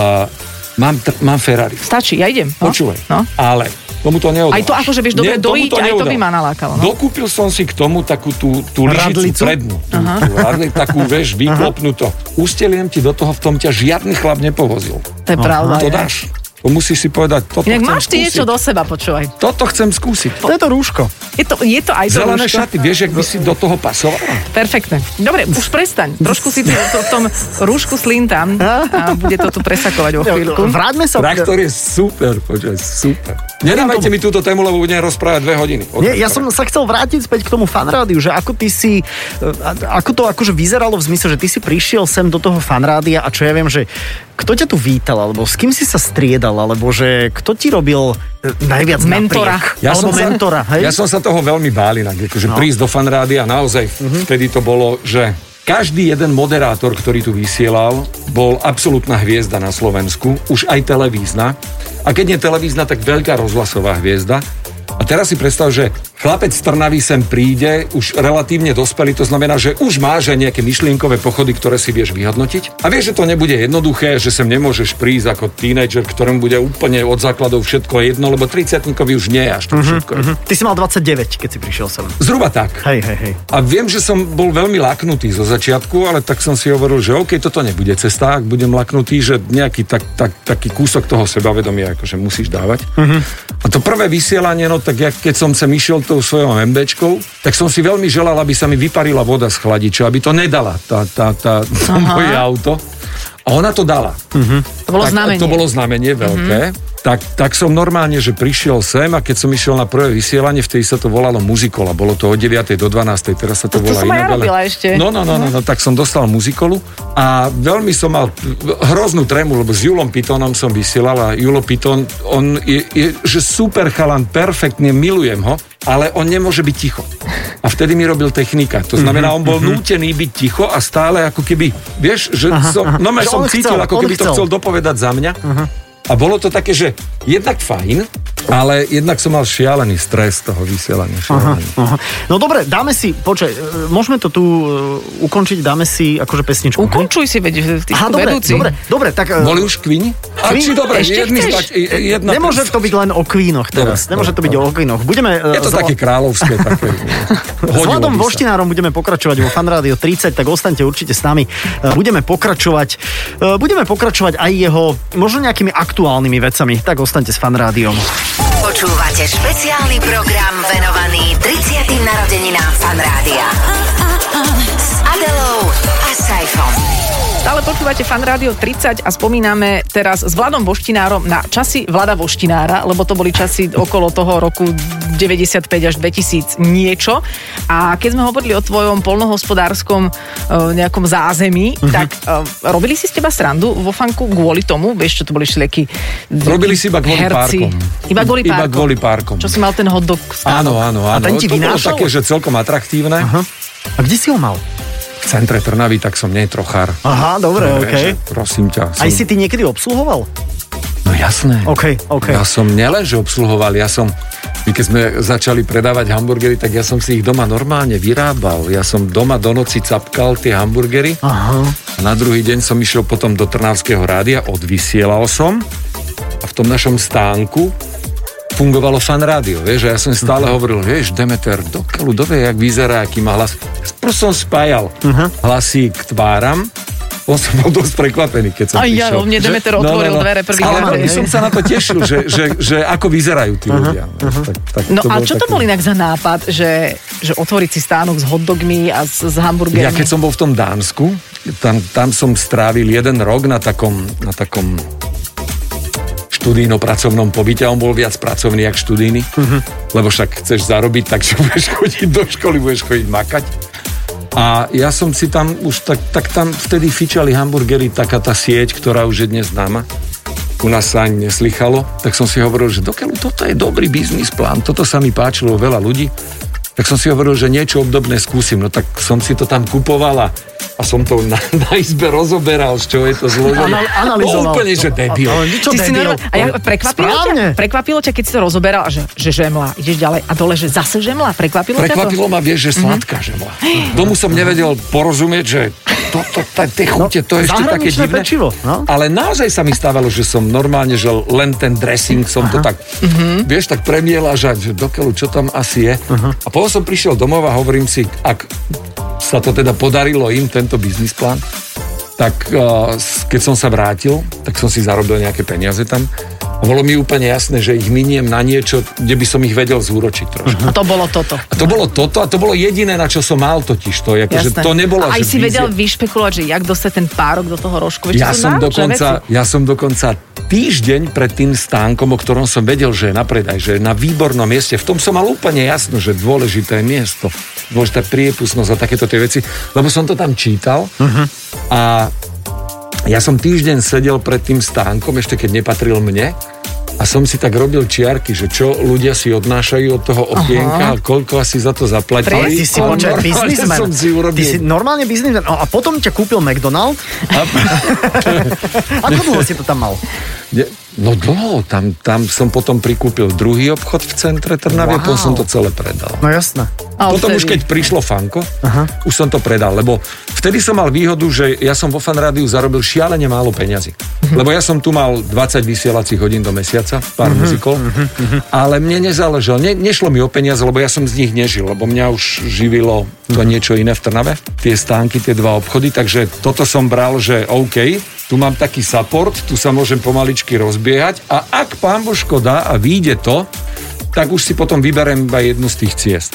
Speaker 5: mám, tr- mám Ferrari.
Speaker 4: Stačí, ja idem. No?
Speaker 5: Počúvaj,
Speaker 4: No?
Speaker 5: ale tomu to neodáš.
Speaker 4: Aj to akože vieš dobre
Speaker 5: tomu
Speaker 4: dojiť, aj to
Speaker 5: neodáš.
Speaker 4: by ma nalákalo, no.
Speaker 5: Dokúpil som si k tomu takú tú, tú
Speaker 3: Radlicu?
Speaker 5: lyžicu prednú. Tú, tú radli, takú, vieš, vyklopnú to. Usteliem ti do toho, v tom ťa žiadny chlap nepovozil.
Speaker 4: To je pravda.
Speaker 5: no To
Speaker 4: je.
Speaker 5: dáš. To musíš si povedať, toto
Speaker 4: Inak
Speaker 5: chcem
Speaker 4: máš ty
Speaker 5: skúsiť.
Speaker 4: niečo do seba, počúvaj.
Speaker 5: Toto chcem skúsiť.
Speaker 3: To je to rúško.
Speaker 4: Je to, je to aj to
Speaker 5: Zelené
Speaker 4: rúško.
Speaker 5: šaty, vieš, ak by si do toho pasovala?
Speaker 4: Perfektné. Dobre, už prestaň. Trošku si to, to, v tom rúšku slintám a bude to tu presakovať o chvíľku.
Speaker 5: no,
Speaker 3: Vráťme sa...
Speaker 5: Traktor je super, počkaj, super. Nedávajte mi túto tému, lebo budem rozprávať dve hodiny. o
Speaker 3: Nie, ja
Speaker 5: traktore.
Speaker 3: som sa chcel vrátiť späť k tomu fanrádiu, že ako ty si, e, a- ako to akože vyzeralo v zmysle, že ty si prišiel sem do toho fanrádia a čo ja viem, že kto ťa tu vítal, alebo s kým si sa striedal, alebo že kto ti robil e, najviac
Speaker 4: Mentora.
Speaker 3: napriek? alebo
Speaker 5: sa-
Speaker 3: mentora, hej?
Speaker 5: Ja som sa toho veľmi bál inak, akože no. prísť do fanrády a naozaj mm-hmm. vtedy to bolo, že každý jeden moderátor, ktorý tu vysielal, bol absolútna hviezda na Slovensku, už aj televízna. A keď nie televízna, tak veľká rozhlasová hviezda. A teraz si predstav, že chlapec z Trnavy sem príde, už relatívne dospelý, to znamená, že už má že nejaké myšlienkové pochody, ktoré si vieš vyhodnotiť. A vieš, že to nebude jednoduché, že sem nemôžeš prísť ako tínedžer, ktorému bude úplne od základov všetko jedno, lebo 30 už nie je až to všetko. jedno.
Speaker 3: Ty si mal 29, keď si prišiel sem.
Speaker 5: Zhruba tak.
Speaker 3: Hej, hej, hej.
Speaker 5: A viem, že som bol veľmi laknutý zo začiatku, ale tak som si hovoril, že OK, toto nebude cesta, ak budem laknutý, že nejaký tak, tak, taký kúsok toho sebavedomia akože musíš dávať. Uh-huh. A to prvé vysielanie, no tak ja, keď som sem išiel tou svojou MBčkou, tak som si veľmi želal, aby sa mi vyparila voda z chladiča, aby to nedala tá, tá, tá, tá moje auto. A ona to dala.
Speaker 4: To bolo
Speaker 5: tak,
Speaker 4: znamenie. Mhm.
Speaker 5: To bolo znamenie veľké. Tak, tak som normálne, že prišiel sem a keď som išiel na prvé vysielanie, vtedy sa to volalo muzikola. Bolo to od 9. do 12. Teraz sa to,
Speaker 4: To- to
Speaker 5: volá
Speaker 4: som aj
Speaker 5: inak.
Speaker 4: ja robila ešte.
Speaker 5: No, no, no, no, no, tak som dostal muzikolu a veľmi som mal hroznú trému, lebo s Julom Pitonom som vysielal a Julo Piton, on je, je že super chalan, perfektne, milujem ho, ale on nemôže byť ticho. A vtedy mi robil technika. To
Speaker 4: Mhm,
Speaker 5: znamená, on bol nútený byť ticho a stále ako keby, vieš, že som, no
Speaker 3: Že
Speaker 5: som
Speaker 3: on
Speaker 5: cítil,
Speaker 3: chcel,
Speaker 5: ako
Speaker 3: on
Speaker 5: keby to
Speaker 3: chcel. Mhm.
Speaker 5: chcel dopovedať za mňa. A bolo to také, že jednak fajn, ale jednak som mal šialený stres toho vysielania.
Speaker 3: Mhm.
Speaker 5: Šialený.
Speaker 3: Aha. No dobre, dáme si, počkaj, e, môžeme to tu e, ukončiť, dáme si akože pesničku. hej?
Speaker 4: Ukončuj si, veď ty si
Speaker 3: Aha,
Speaker 4: tu
Speaker 3: dobre,
Speaker 4: vedúci.
Speaker 3: dobre, dobre, tak... e,
Speaker 5: Boli už kvini? A
Speaker 3: Queen?
Speaker 5: či dobre,
Speaker 4: Ešte
Speaker 5: jedný
Speaker 4: chceš?
Speaker 5: stač, jedna...
Speaker 3: Nemôže to byť len o kvínoch teraz.
Speaker 5: Dobre,
Speaker 3: Nemôže to byť o kvínoch. Budeme... e,
Speaker 5: Je to
Speaker 3: zla-
Speaker 5: také kráľovské, také...
Speaker 3: S
Speaker 5: hodilo
Speaker 3: Vladom
Speaker 5: by sa.
Speaker 3: Voštinárom budeme pokračovať vo Fanrádio 30, tak ostaňte určite s nami. E, Budeme pokračovať, e, budeme pokračovať aj jeho možno nejakými aktuálnymi vecami, tak ostaňte s Fanrádiom.
Speaker 1: Počúvate špeciálny program venovaný 30. narodeninám Fan Rádia. S Adelou a Saifom.
Speaker 4: Stále počúvate Fan Rádio 30 a spomíname teraz s Vladom Voštinárom na časy Vlada Voštinára, lebo to boli časy okolo toho roku 95 až 2000 niečo. A keď sme hovorili o tvojom polnohospodárskom eh, nejakom zázemí,
Speaker 5: Mhm.
Speaker 4: tak eh, robili si z teba srandu vo fanku kvôli tomu? Vieš, čo to boli šleky?
Speaker 5: Robili si iba kvôli
Speaker 4: herci.
Speaker 5: párkom.
Speaker 4: Iba kvôli
Speaker 5: Iba
Speaker 4: párkom.
Speaker 5: kvôli párkom.
Speaker 4: Čo si mal ten hot dog stále.
Speaker 5: Áno, áno,
Speaker 3: A
Speaker 5: áno.
Speaker 3: ten ti
Speaker 5: to bolo
Speaker 3: vynášal?
Speaker 5: také, že celkom atraktívne.
Speaker 3: Aha. A kde si ho mal?
Speaker 5: V centre Trnavy, tak som nie trochár.
Speaker 3: Aha, dobre,
Speaker 5: Vieš,
Speaker 3: OK.
Speaker 5: že Prosím ťa. Som...
Speaker 3: Aj si ty niekedy obsluhoval?
Speaker 5: No jasné.
Speaker 3: OK, OK.
Speaker 5: Ja som nielen, že obsluhoval, ja som... My keď sme začali predávať hamburgery, tak ja som si ich doma normálne vyrábal. Ja som doma do noci capkal tie hamburgery.
Speaker 3: Aha.
Speaker 5: A na druhý deň som išiel potom do Trnavského rádia, odvysielal som a v tom našom stánku fungovalo fan rádio, vieš, a ja som stále hovoril, vieš, Demeter, dokiaľu dovie, jak vyzerá, aký má hlas. Prosto som spájal uh-huh. hlasík k tváram, on som bol dosť prekvapený, keď som
Speaker 4: Aj ja,
Speaker 5: prišiel.
Speaker 4: vo mne
Speaker 5: Že- No,
Speaker 4: Demeter otvoril dvere prvýkrát,
Speaker 5: Ale veľmi
Speaker 4: hej.
Speaker 5: som sa na to tešil, že, že, že ako vyzerajú tí ľudia. Uh-huh. Tak, tak
Speaker 4: No a
Speaker 5: bolo
Speaker 4: čo to
Speaker 5: také-
Speaker 4: bol inak za nápad, že, že otvoriť si stánok s hotdogmi a s, s hamburgermi?
Speaker 5: Ja keď som bol v tom Dánsku, tam, tam som strávil jeden rok na takom, na takom študijno-pracovnom pobyte. A On bol viac pracovný, jak študijný. Lebo však chceš zarobiť, tak čo budeš chodiť do školy, budeš chodiť makať. A ja som si tam už, tak, tak tam vtedy fičali hamburgery, taká tá sieť, ktorá už je dnes známa. U nás sa ani neslychalo. Tak som si hovoril, že dokiaľ toto je dobrý biznis plán, toto sa mi páčilo veľa ľudí, tak som si hovoril, že niečo obdobné skúsim. No tak som si to tam kupovala a som to na, na izbe rozoberal, z čoho je to zložené.
Speaker 3: Anal- analyzoval.
Speaker 5: No, úplne, že
Speaker 3: to.
Speaker 5: debil.
Speaker 3: Ale čo
Speaker 4: Ty si
Speaker 3: debil?
Speaker 4: normál- a ja, prekvapilo,
Speaker 3: Správne.
Speaker 4: ťa, prekvapilo ťa, keď si to rozoberal, že, že žemla, ideš ďalej a dole, že zase žemla, prekvapilo,
Speaker 5: Prekvapilo
Speaker 4: ťa to?
Speaker 5: ma, vieš, že
Speaker 3: Mhm.
Speaker 5: sladká že bola. Tomu som nevedel porozumieť, že toto, tá- tie chute, to je ešte také
Speaker 3: No, zahraničné
Speaker 5: divné.
Speaker 3: pečivo, no.
Speaker 5: Ale naozaj sa mi stávalo, že som normálne, že len ten dressing som to tak,
Speaker 4: Mhm.
Speaker 5: vieš, tak premiela, že dokeľu, čo tam asi je. A potom som prišiel domov a hovorím si, ak sa to teda podarilo im, tento biznis plán, tak eh, s- keď som sa vrátil, tak som si zarobil nejaké peniaze tam. A bolo mi úplne jasné, že ich miniem na niečo, kde by som ich vedel zúročiť trošku.
Speaker 4: A to bolo toto.
Speaker 5: A to bolo toto a to bolo jediné, na čo som mal totiž. To, je, ako, že
Speaker 4: Jasné.
Speaker 5: to nebolo,
Speaker 4: a aj
Speaker 5: že
Speaker 4: si
Speaker 5: vízia.
Speaker 4: vedel vyšpekulovať, že jak dostať ten párok do toho rožku. Vieš,
Speaker 5: Ja
Speaker 4: to sú
Speaker 5: som,
Speaker 4: náročné
Speaker 5: dokonca,
Speaker 4: veci.
Speaker 5: ja som dokonca týždeň pred tým stánkom, o ktorom som vedel, že je na predaj, že je na výbornom mieste. V tom som mal úplne jasno, že dôležité je miesto, dôležitá priepustnosť a takéto tie veci, lebo som to tam čítal
Speaker 3: Mhm.
Speaker 5: a ja som týždeň sedel pred tým stánkom, ešte keď nepatril mne, a som si tak robil čiarky, že čo ľudia si odnášajú od toho okienka a koľko asi za to zaplatili.
Speaker 3: Ale ty si
Speaker 5: A
Speaker 3: počkaj,
Speaker 5: normálne
Speaker 3: biznismen.
Speaker 5: som si urobil.
Speaker 3: Ty si normálne biznismen. No a potom ťa kúpil McDonald. Ako dlho si to tam mal?
Speaker 5: Ne, no dlho, tam, tam som potom prikúpil druhý obchod v centre Trnavy,
Speaker 3: Wow.
Speaker 5: wow. potom som to celé predal.
Speaker 3: No jasné.
Speaker 4: A
Speaker 5: potom už keď
Speaker 4: odtedy?
Speaker 5: prišlo fanko, Aha. už som to predal, lebo vtedy som mal výhodu, že ja som vo fanrádiu zarobil šialene málo peňazí.
Speaker 4: Mhm.
Speaker 5: Lebo ja som tu mal 20 vysielacích hodín do mesiaca, pár muzikov,
Speaker 4: mhm,
Speaker 5: ale mne nezáležalo, ne, nešlo mi o peniaze, lebo ja som z nich nežil, lebo mňa už živilo
Speaker 4: Mhm.
Speaker 5: to niečo iné v Trnave, tie stánky, tie dva obchody, takže toto som bral, že OK, tu mám taký support, tu sa môžem pomaličky rozbiehať a ak pán Božko dá a vyjde to, tak už si potom vyberem iba jednu z tých ciest.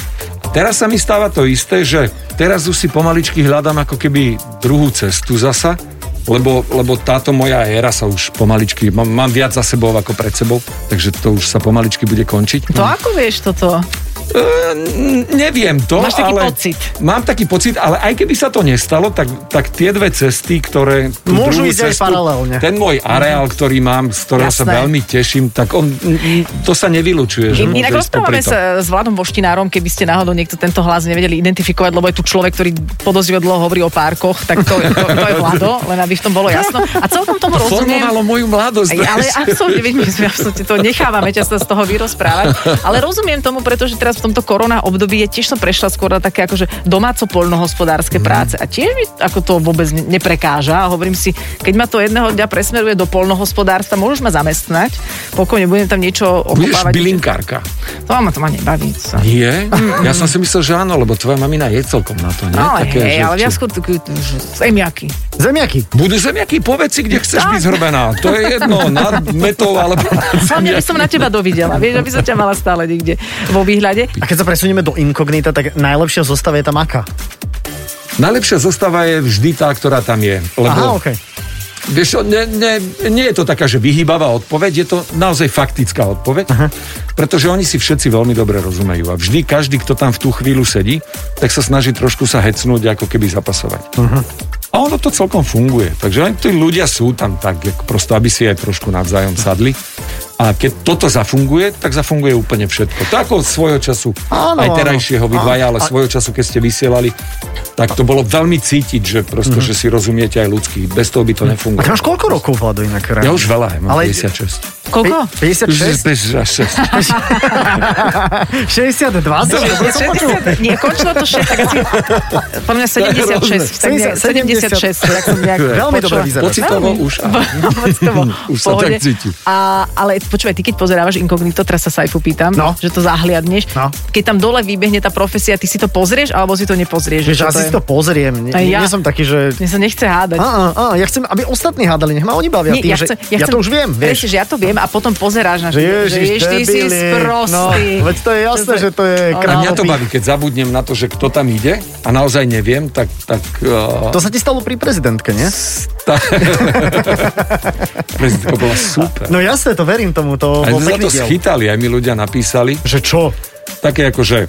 Speaker 5: Teraz sa mi stáva to isté, že teraz už si pomaličky hľadám ako keby druhú cestu zasa, lebo, lebo táto moja éra sa už pomaličky, mám, mám viac za sebou ako pred sebou, takže to už sa pomaličky bude končiť.
Speaker 4: To ako vieš toto?
Speaker 5: N- Neviem to,
Speaker 4: Máš taký
Speaker 5: ale...
Speaker 4: pocit.
Speaker 5: Mám taký pocit, ale aj keby sa to nestalo, tak, tak tie dve cesty, ktoré... tú
Speaker 3: Môžu
Speaker 5: druhú
Speaker 3: ísť aj paralelne.
Speaker 5: Ten môj areál, ktorý mám, z ktorého sa
Speaker 4: Mhm. Jasné.
Speaker 5: veľmi teším, tak on, to sa nevylučuje. No, že
Speaker 4: In, inak
Speaker 5: môže ísť popri
Speaker 4: rozprávame
Speaker 5: tom.
Speaker 4: sa s Vladom Voštinárom, keby ste náhodou niekto tento hlas nevedeli identifikovať, lebo je tu človek, ktorý podozrivo dlho hovorí o párkoch, tak to, to, to je Vlado, len aby v tom bolo jasno. A celkom tomu rozumiem.
Speaker 5: Formovalo moju mladosť.
Speaker 4: Aj, ale absolútne, veď my sme absolútne to nechávame často z toho vyrozprávať. Ale rozumiem tomu, pretože teraz v tomto korona období je tiež som prešla skôr na také akože domáco
Speaker 5: Mhm.
Speaker 4: poľnohospodárske práce. A tiež mi ako to vôbec ne- neprekáža. A hovorím si, keď ma to jedného dňa presmeruje do poľnohospodárstva, môžeš ma zamestnať, pokojne budem tam niečo
Speaker 5: Budeš
Speaker 4: okopávať.
Speaker 5: bylinkárka.
Speaker 4: To ma, to ma nebaví. To sa-
Speaker 5: Nie? Ja som si myslel, že áno, lebo tvoja mamina je celkom na to, nie?
Speaker 4: Ale
Speaker 5: Také,
Speaker 4: No, hej,
Speaker 5: že
Speaker 4: ale
Speaker 5: či-
Speaker 4: viac skôr taký, že zemiaky.
Speaker 3: Zemiaky.
Speaker 5: Budú zemiaky, povedz si, kde chceš byť zhrbená. To je jedno, nad metou alebo nad
Speaker 4: Hlavne by
Speaker 5: zemiaky.
Speaker 4: som na teba dovidela, vieš, aby som ťa mala stále niekde vo výhľade.
Speaker 3: A keď sa presunieme do inkognita, tak najlepšia zostava je tá maka.
Speaker 5: Najlepšia zostava je vždy tá, ktorá tam je. Lebo,
Speaker 3: Aha, okej.
Speaker 5: Vieš, čo, ne, ne, nie je to taká, že vyhýbavá odpoveď, je to naozaj faktická odpoveď, Aha. pretože oni si všetci veľmi dobre rozumejú a vždy každý, kto tam v tú chvíľu sedí, tak sa snaží trošku sa hecnúť, ako keby zapasovať. Aha. A ono to celkom funguje, takže aj tí ľudia sú tam tak, ako prosto, aby si aj trošku navzájom sadli. A keď toto zafunguje, tak zafunguje úplne všetko. To ako svojho času,
Speaker 3: Áno,
Speaker 5: aj terajšieho vy
Speaker 3: áno.
Speaker 5: dvaja, ale
Speaker 3: A-
Speaker 5: svojho času, keď ste vysielali, tak to bolo veľmi cítiť, že proste, že si rozumiete aj ľudský. Bez toho by to
Speaker 3: Mhm. A ty
Speaker 5: nefungovalo.
Speaker 3: máš koľko rokov, Vlado, inak?
Speaker 5: Ja už veľa, ja mám
Speaker 3: Ale-
Speaker 5: Ale... 56.
Speaker 4: Koľko?
Speaker 3: 56?
Speaker 5: 56.
Speaker 3: 62? Dobre, som počul.
Speaker 4: 60, nie, končilo to 6, tak asi... Podľa mňa 76. Tak nejak,
Speaker 3: 70,
Speaker 4: 76, tak som nejak
Speaker 3: Veľmi dobre
Speaker 4: počula.
Speaker 3: vyzeráš.
Speaker 5: Pocitovo už. áno.
Speaker 4: Pocitovo,
Speaker 5: Už
Speaker 4: v
Speaker 5: sa
Speaker 4: pohode.
Speaker 5: tak cíti.
Speaker 4: A, ale počúvaj, ty keď pozerávaš inkognito, teraz sa Saifu pýtam,
Speaker 3: No.
Speaker 4: že to zahliadneš.
Speaker 3: No.
Speaker 4: Keď tam dole vybehne tá profesia, ty si to pozrieš alebo si to nepozrieš?
Speaker 3: Vieš,
Speaker 4: Čo
Speaker 3: asi
Speaker 4: je?
Speaker 3: si to pozriem. Nie,
Speaker 4: Aj ja.
Speaker 3: nie som taký, že...
Speaker 4: Mne sa nechce hádať.
Speaker 3: Á, á, á, ja chcem, aby ostatní hádali, nech ma oni bavia.
Speaker 4: Nie,
Speaker 3: tým, že, ja to už viem, vieš.
Speaker 4: Presne, že ja to viem a potom pozeráš na
Speaker 3: Že
Speaker 4: že
Speaker 3: ježiš,
Speaker 4: ježiš, ty si
Speaker 3: debili.
Speaker 4: sprostý.
Speaker 3: No, veď to je jasné, že to je
Speaker 4: A
Speaker 5: A mňa to
Speaker 3: krávopich.
Speaker 5: baví, keď zabudnem na to, že kto tam ide a naozaj neviem, tak... tak uh,
Speaker 3: To sa ti stalo pri prezidentke, nie?
Speaker 5: prezidentka bola super.
Speaker 3: No jasné, to verím tomu, to
Speaker 5: Aj
Speaker 3: bol
Speaker 5: sme za
Speaker 3: pekný
Speaker 5: to
Speaker 3: diel.
Speaker 5: schytali, aj mi ľudia napísali,
Speaker 3: Že čo?
Speaker 5: také ako, že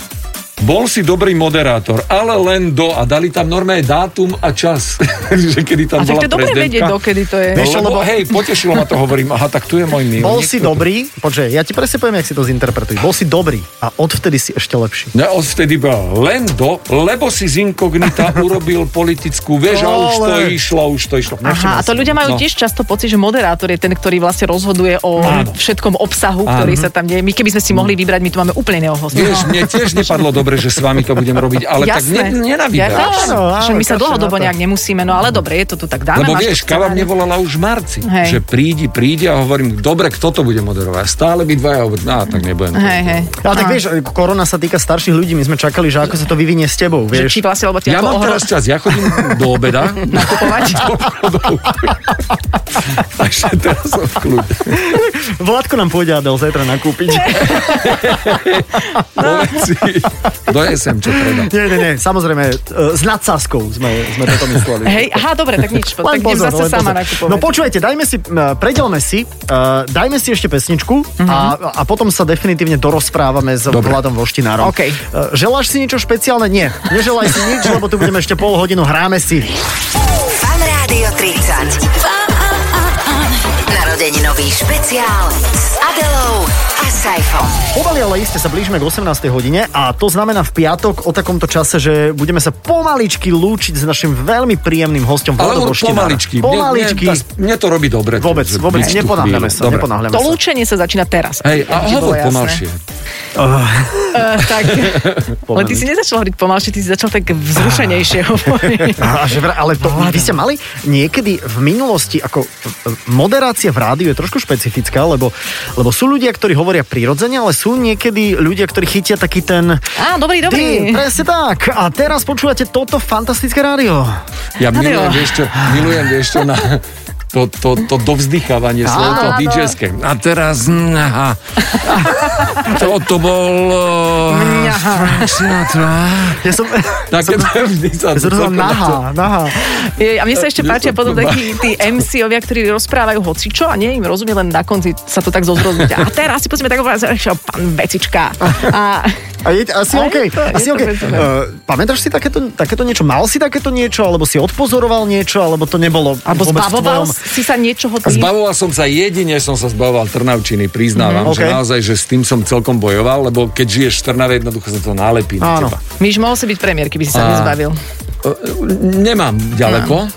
Speaker 5: bol si dobrý moderátor, ale len do a dali tam normálne dátum a čas, že kedy
Speaker 4: A
Speaker 5: tam
Speaker 4: tak
Speaker 5: bola
Speaker 4: to je dobre
Speaker 5: prezidentka.
Speaker 4: vedieť, dokedy to je.
Speaker 5: No,
Speaker 3: Vieš čo,
Speaker 5: lebo,
Speaker 3: lebo-
Speaker 5: hej, potešilo ma to, hovorím, aha, tak tu je môj milý.
Speaker 3: Bol si dobrý, počkaj, ja ti presne poviem, jak si to zinterpretuj. Bol si dobrý a odvtedy si ešte lepší.
Speaker 5: No odvtedy bola len do, lebo si z inkognita urobil politickú, vieš, a už to
Speaker 3: Ale-
Speaker 5: išlo, už to išlo. No,
Speaker 4: Aha, a to ľudia majú tiež často pocit, že moderátor je ten, ktorý vlastne rozhoduje o všetkom obsahu, ktorý sa tam deje. My keby sme si mohli vybrať, my tu máme úplne iného hostia.
Speaker 5: Vieš, mne tiež nepadlo dobre, že s vami to budem robiť, ale tak ne,
Speaker 4: Jasné.
Speaker 5: nenavídaš.
Speaker 4: Ja,
Speaker 3: Áno,
Speaker 4: áno,
Speaker 3: áno,
Speaker 4: áno, my sa
Speaker 3: kašľa
Speaker 4: dlhodobo
Speaker 3: na to.
Speaker 4: nejak nemusíme, no ale dobre, je to tu tak dáme.
Speaker 5: Lebo
Speaker 4: máš to
Speaker 5: vieš,
Speaker 4: v
Speaker 5: Kava mne
Speaker 4: scenáriu.
Speaker 5: volala už v marci,
Speaker 4: Hej.
Speaker 5: že prídi, príde a hovorím, dobre, kto to bude moderovať? Stále by dvaja hovorili, no tak nebudem.
Speaker 4: Hej, hej.
Speaker 3: No, Ale tak vieš, korona sa týka starších ľudí, my sme čakali, že ako sa to vyvinie s tebou, vieš.
Speaker 4: Že či vlastne, lebo ti
Speaker 5: Ja
Speaker 4: ako
Speaker 5: mám
Speaker 4: ohro...
Speaker 5: teraz čas, ja chodím do obeda.
Speaker 4: nakupovať.
Speaker 5: do obchodov. Takže teraz som v kľude.
Speaker 3: Vládko nám pôjde Adel zajtra nakúpiť.
Speaker 4: No.
Speaker 5: Do veci. Dojesem, čo treba.
Speaker 3: nie, nie, nie, samozrejme, e, s nadsázkou sme, sme toto mysleli.
Speaker 4: Hej, aha, dobre, tak nič, po- tak idem zase
Speaker 3: len
Speaker 4: sama
Speaker 3: pozor.
Speaker 4: nakupovať.
Speaker 3: No počúvajte, dajme si, m, predelme si, uh, dajme si ešte pesničku
Speaker 4: Mhm.
Speaker 3: a, a potom sa definitívne dorozprávame s Dobre. Vladom Voštinárom.
Speaker 4: OK.
Speaker 3: Uh, želáš si niečo špeciálne? Nie. Neželaj si nič, lebo tu budeme ešte pol hodinu, hráme si.
Speaker 1: Fan Rádio 30. Narodeninový špeciál s Adelou a Saifom.
Speaker 3: Pomaly, ale iste sa blížime k 18. hodine a to znamená v piatok o takomto čase, že budeme sa pomaličky lúčiť s našim veľmi príjemným hostom
Speaker 5: Ale
Speaker 3: Vladom
Speaker 5: už
Speaker 3: Voštinárom.
Speaker 5: pomaličky. Mne-
Speaker 3: Pomaličky.
Speaker 5: Mne, tá- mne to robí dobre. to,
Speaker 3: Vôbec,
Speaker 5: že
Speaker 3: vôbec,
Speaker 5: byť tú
Speaker 3: neponáhľame
Speaker 5: chvíľu.
Speaker 3: sa,
Speaker 5: Dobre.
Speaker 3: neponáhľame
Speaker 4: To
Speaker 3: sa.
Speaker 4: lúčenie sa začína teraz.
Speaker 5: Hej, a
Speaker 4: aby ti bolo
Speaker 5: hovor
Speaker 4: jasné.
Speaker 5: pomalšie.
Speaker 4: Eh, tak, len ty si nezačal hovoriť pomalšie, ty si začal tak vzrušenejšie hovoriť.
Speaker 3: A že vra, ale to,
Speaker 4: No,
Speaker 3: vy ste mali niekedy v minulosti, ako eh, moderácia v rádiu je trošku špecifická, lebo, lebo sú ľudia, ktorí hovoria prirodzene, ale sú niekedy ľudia, ktorí chytia taký ten...
Speaker 4: Á, dobrý,
Speaker 3: Dým,
Speaker 4: dobrý.
Speaker 3: presne tak. A teraz počúvate toto fantastické rádio.
Speaker 5: Ja milujem,
Speaker 4: Adel.
Speaker 5: vieš čo, milujem, vieš čo, na to, to, to dovzdychávanie slovo, to dj A teraz, mm, aha. To, to bol uh, Frank Sinatra.
Speaker 3: Ja som...
Speaker 5: Tak keď vždy sa...
Speaker 3: Ja som rozumel, nahá, nahá.
Speaker 4: Je, a mne sa ešte
Speaker 5: Mne
Speaker 4: páčia
Speaker 5: sa
Speaker 4: potom
Speaker 5: to
Speaker 4: takí tí MC-ovia, ktorí rozprávajú hocičo a nie im rozumie, len na konci sa to tak zozrozumie. A teraz si pozrieme tak povedať, že pán Vecička. A
Speaker 3: A je, asi
Speaker 4: A je
Speaker 3: OK.
Speaker 4: to- je
Speaker 3: asi
Speaker 4: to
Speaker 3: OK.
Speaker 4: bezumné.
Speaker 3: Uh, pamätáš si takéto, takéto niečo? Mal si takéto niečo? Alebo si odpozoroval niečo? Alebo to nebolo
Speaker 4: Alebo
Speaker 3: vôbec v
Speaker 4: zbavoval
Speaker 3: tvojom-
Speaker 4: si sa niečoho ty?
Speaker 5: Zbavoval som sa, jedine som sa zbavoval Trnavčiny, priznávam,
Speaker 3: Mhm. OK.
Speaker 5: mm-hmm. že naozaj, že s tým som celkom bojoval, lebo keď žiješ v Trnave, jednoducho sa to nalepí na
Speaker 3: Áno.
Speaker 5: teba.
Speaker 4: Myš, mohol si byť premiér, keby si sa
Speaker 5: A-
Speaker 4: nezbavil.
Speaker 5: Nemám ďaleko.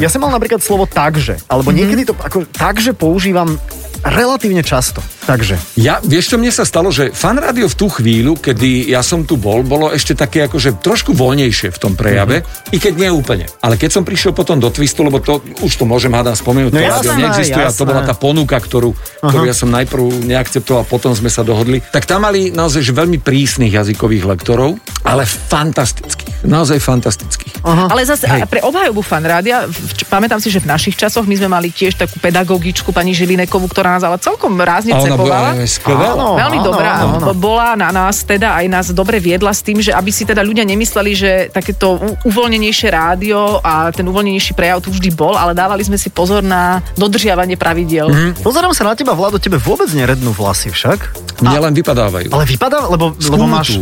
Speaker 3: Ja Mhm. som mal napríklad slovo takže, alebo niekedy to ako takže používam relatívne často. Takže.
Speaker 5: Ja, vieš čo, mne sa stalo, že fan rádio v tú chvíľu, kedy ja som tu bol, bolo ešte také akože trošku voľnejšie v tom
Speaker 4: Mhm.
Speaker 5: prejave, mm-hmm. i keď nie úplne. Ale keď som prišiel potom do Twistu, lebo to už to môžem hádam spomenúť,
Speaker 3: No
Speaker 5: to
Speaker 3: jasné,
Speaker 5: rádio neexistuje a to
Speaker 3: jasné.
Speaker 5: bola tá ponuka, ktorú, ktorú ja som najprv neakceptoval, potom sme sa dohodli, tak tam mali naozaj že veľmi prísnych jazykových lektorov, ale fantastických, naozaj fantastických.
Speaker 4: Ale zase
Speaker 5: Hej.
Speaker 4: a pre obhajobu fan rádia, v- č- pamätám si, že v našich časoch my sme mali tiež takú pedagogičku pani Žilinekovú, ktorá nás ale celkom rázne
Speaker 5: A ona bola
Speaker 4: cepovala.
Speaker 5: aj skvelá.
Speaker 3: Áno,
Speaker 4: Veľmi
Speaker 3: áno,
Speaker 4: dobrá.
Speaker 3: áno, áno.
Speaker 4: B- Bola na nás teda aj nás dobre viedla s tým, že aby si teda ľudia nemysleli, že takéto u- uvoľnenejšie rádio a ten uvoľnenejší prejav tu vždy bol, ale dávali sme si pozor na dodržiavanie pravidiel.
Speaker 3: Pozerám sa na teba, Vlado, tebe vôbec nerednú vlasy však.
Speaker 5: Mne len vypadávajú.
Speaker 3: Ale vypadá, lebo, lebo máš...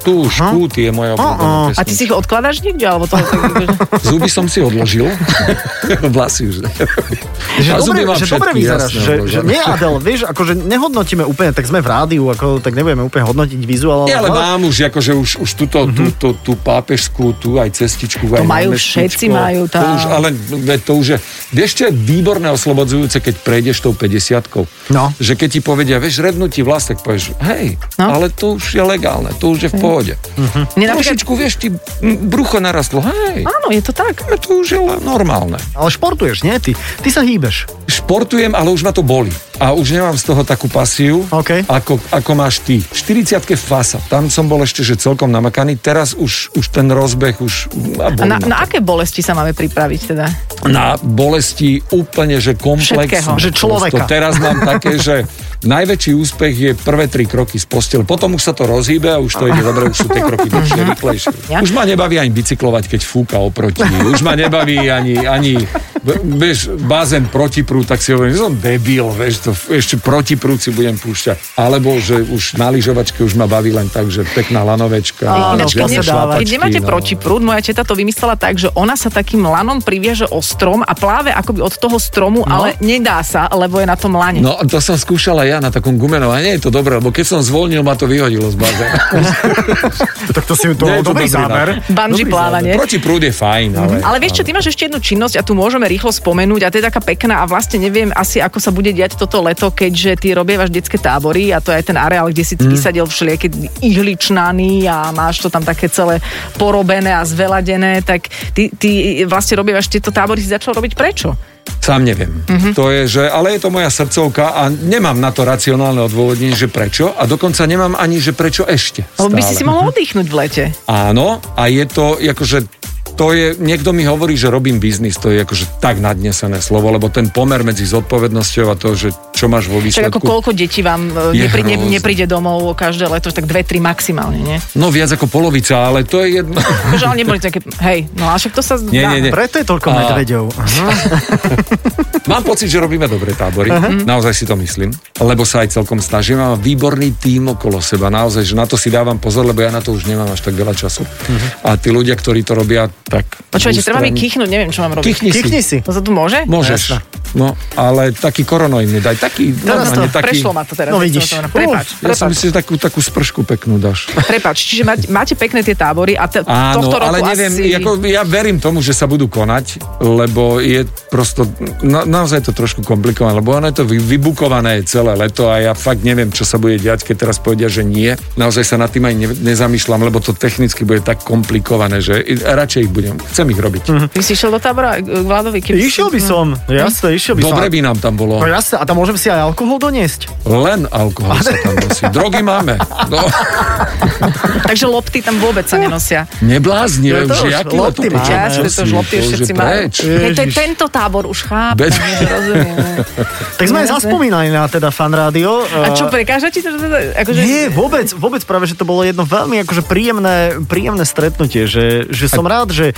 Speaker 5: Tušku, tie moje obľúbené
Speaker 4: A ty si
Speaker 5: pesničky.
Speaker 4: ich odkladáš niekde? Alebo to,
Speaker 5: Zuby som si odložil. Vlasy už. ne.
Speaker 3: Že
Speaker 5: A
Speaker 3: dobre,
Speaker 5: zuby mám
Speaker 3: že
Speaker 5: všetky,
Speaker 3: dobre vyzeráš,
Speaker 5: jasné, no,
Speaker 3: že, že
Speaker 5: odložené.
Speaker 3: nie Adel, vieš, akože nehodnotíme úplne, tak sme v rádiu, ako, tak nebudeme úplne hodnotiť vizuál.
Speaker 5: Nie, ale mám už, akože už, už túto,
Speaker 3: Mhm.
Speaker 5: mm-hmm. túto, tú pápežskú, tú aj cestičku,
Speaker 4: To
Speaker 5: aj
Speaker 4: majú
Speaker 5: námestničko.
Speaker 4: všetci, majú
Speaker 5: To
Speaker 4: tam.
Speaker 5: už, ale veď to už je, vieš, čo je výborné oslobodzujúce, keď prejdeš tou 50
Speaker 3: No.
Speaker 5: Že keď ti povedia, vieš, rednú ti vlast, tak povieš, hej,
Speaker 4: No.
Speaker 5: no. ale to už je legálne, to už je v pohode.
Speaker 3: Mhm.
Speaker 5: Mm-hmm.
Speaker 4: Mne napríklad-
Speaker 5: Trošičku, vieš, ti mm, brucho narastlo, hej,
Speaker 4: Áno, je to tak.
Speaker 5: ale to už je le- normálne.
Speaker 3: Ale športuješ, nie? Ty, ty sa hýbeš.
Speaker 5: Športujem, ale už ma to boli. A už nemám z toho takú pasiu,
Speaker 3: OK.
Speaker 5: ako, ako máš ty. V 40 fasa. Tam som bol ešte že celkom namakaný. Teraz už, už ten rozbeh už...
Speaker 4: A
Speaker 5: A boli no.
Speaker 4: na,
Speaker 5: ma
Speaker 4: na
Speaker 5: to.
Speaker 4: aké bolesti sa máme pripraviť teda?
Speaker 5: na bolesti úplne, že
Speaker 4: Všetkého.
Speaker 5: komplexnú.
Speaker 3: Že človeka.
Speaker 5: Prosto Teraz mám také, že najväčší úspech je prvé tri kroky z postele. Potom už sa to rozhýbe a už to ide dobre, už sú tie kroky dlhšie, rýchlejšie.
Speaker 4: Mhm. Ja.
Speaker 5: Už ma nebaví ani bicyklovať, keď fúka oproti. Už ma nebaví ani, ani b- vieš, bazén protiprúd, tak si hovorím, že som debil, vieš, to f- ešte protiprúd si budem púšťať. Alebo, že už na lyžovačke už ma baví len tak, že pekná lanovečka.
Speaker 3: Áno, keď ne-
Speaker 5: žiadne šlapačky,
Speaker 4: Keď nemáte
Speaker 5: no.
Speaker 4: protiprúd, moja teta to vymyslela tak, že ona sa takým lanom priviaže o strom a pláve akoby od toho stromu, ale nedá sa, lebo je na tom lane.
Speaker 5: No, to som skúšala ja na takom gumenom a nie je to dobré, lebo keď som zvolnil, ma to vyhodilo z bazéna.
Speaker 3: Tak to si to
Speaker 5: Nie je to
Speaker 3: dobrý
Speaker 5: dobrý
Speaker 3: záber.
Speaker 4: Bungee plávanie.
Speaker 5: Proti prúd je fajn, ale...
Speaker 4: Mhm. Ale vieš čo, ty máš ešte jednu činnosť a tu môžeme rýchlo spomenúť a to je taká pekná a vlastne neviem asi, ako sa bude diať toto leto, keďže ty robievaš detské tábory a to je aj ten areál, kde si mm. vysadil všelijaké ihličnany a máš to tam také celé porobené a zveladené, tak ty, ty vlastne robievaš tieto tábory, si začal robiť prečo?
Speaker 5: Sám neviem.
Speaker 4: Mhm.
Speaker 5: Mm-hmm. To je, že, ale je to moja srdcovka a nemám na to racionálne odôvodnenie, že prečo a dokonca nemám ani, že prečo ešte.
Speaker 4: Lebo by si
Speaker 5: stále.
Speaker 4: si mohol oddychnúť v lete.
Speaker 5: Áno, a je to, akože, to je, niekto mi hovorí, že robím biznis, to je akože tak nadnesené slovo, lebo ten pomer medzi zodpovednosťou a to, že čo máš vo
Speaker 4: Však ako
Speaker 5: výsledku.
Speaker 4: koľko detí vám
Speaker 5: Je
Speaker 4: nepri, ne,
Speaker 5: hrozné.
Speaker 4: nepríde domov každé leto, tak dve, tri maximálne, nie?
Speaker 5: No viac ako polovica, ale to je jedno.
Speaker 4: Takže ale neboli také, hej, no a však to sa zdá.
Speaker 5: Nie, nie, nie.
Speaker 3: Preto je toľko
Speaker 5: A-
Speaker 3: medveďov.
Speaker 5: Mám pocit, že robíme dobré tábory. Uh-huh. Naozaj si to myslím. Lebo sa aj celkom snažím. Mám výborný tím okolo seba. Naozaj, že na to si dávam pozor, lebo ja na to už nemám až tak veľa času. Uh-huh. A tí ľudia, ktorí to robia, tak...
Speaker 4: Počúvajte, treba mi
Speaker 5: ústredne-
Speaker 4: kichnúť, neviem, čo mám robiť.
Speaker 5: Kichni si.
Speaker 3: Kýchni si.
Speaker 4: To sa tu môže?
Speaker 5: Môžeš. No, ale taký korono im nedaj. Taký,
Speaker 3: Teraz
Speaker 5: normálne,
Speaker 3: to
Speaker 5: taký...
Speaker 4: Prešlo ma No, to teraz.
Speaker 3: No
Speaker 4: nechcem
Speaker 3: vidíš.
Speaker 4: to hovoriť. Prepač,
Speaker 3: Uf,
Speaker 5: Ja
Speaker 4: prepač.
Speaker 5: som myslel, že takú, takú spršku peknú dáš.
Speaker 4: prepač. Čiže máte, máte pekné tie tábory a t-
Speaker 5: Áno,
Speaker 4: tohto roku
Speaker 5: ale neviem,
Speaker 4: asi...
Speaker 5: ako, ja verím tomu, že sa budú konať, lebo je prosto, na, naozaj je to trošku komplikované, lebo ono je to vy- vybukované celé leto a ja fakt neviem, čo sa bude diať, keď teraz povedia, že nie. Naozaj sa nad tým aj ne, nezamýšľam, lebo to technicky bude tak komplikované, že i- radšej ich budem, chcem ich robiť.
Speaker 4: Ty si išiel do tábora e, k k Vladovi? Keby
Speaker 3: Išiel by som. Jasne, išiel by som.
Speaker 5: Dobre by nám tam bolo.
Speaker 3: No jasne, a tam môžem si aj alkohol doniesť.
Speaker 5: Len alkohol sa tam nosí. Drogy máme. No,
Speaker 4: Takže lopty tam vôbec sa nenosia.
Speaker 5: neblázni,
Speaker 3: Ja to
Speaker 5: už
Speaker 3: už
Speaker 5: jaký
Speaker 3: lopty
Speaker 5: lopty
Speaker 3: máme.
Speaker 4: Ja, že to už lopty už všetci majú.
Speaker 5: preč.
Speaker 4: Hej, to je
Speaker 3: Ježiš.
Speaker 4: tento tábor, už chápem,
Speaker 5: Bez-
Speaker 4: že rozumieme.
Speaker 3: Tak sme aj zaspomínali na teda fan rádio. E,
Speaker 4: A čo, prekáža ti to? Akože...
Speaker 3: Nie, vôbec, vôbec práve, že to bolo jedno veľmi akože príjemné, príjemné stretnutie, že, že som rád, že,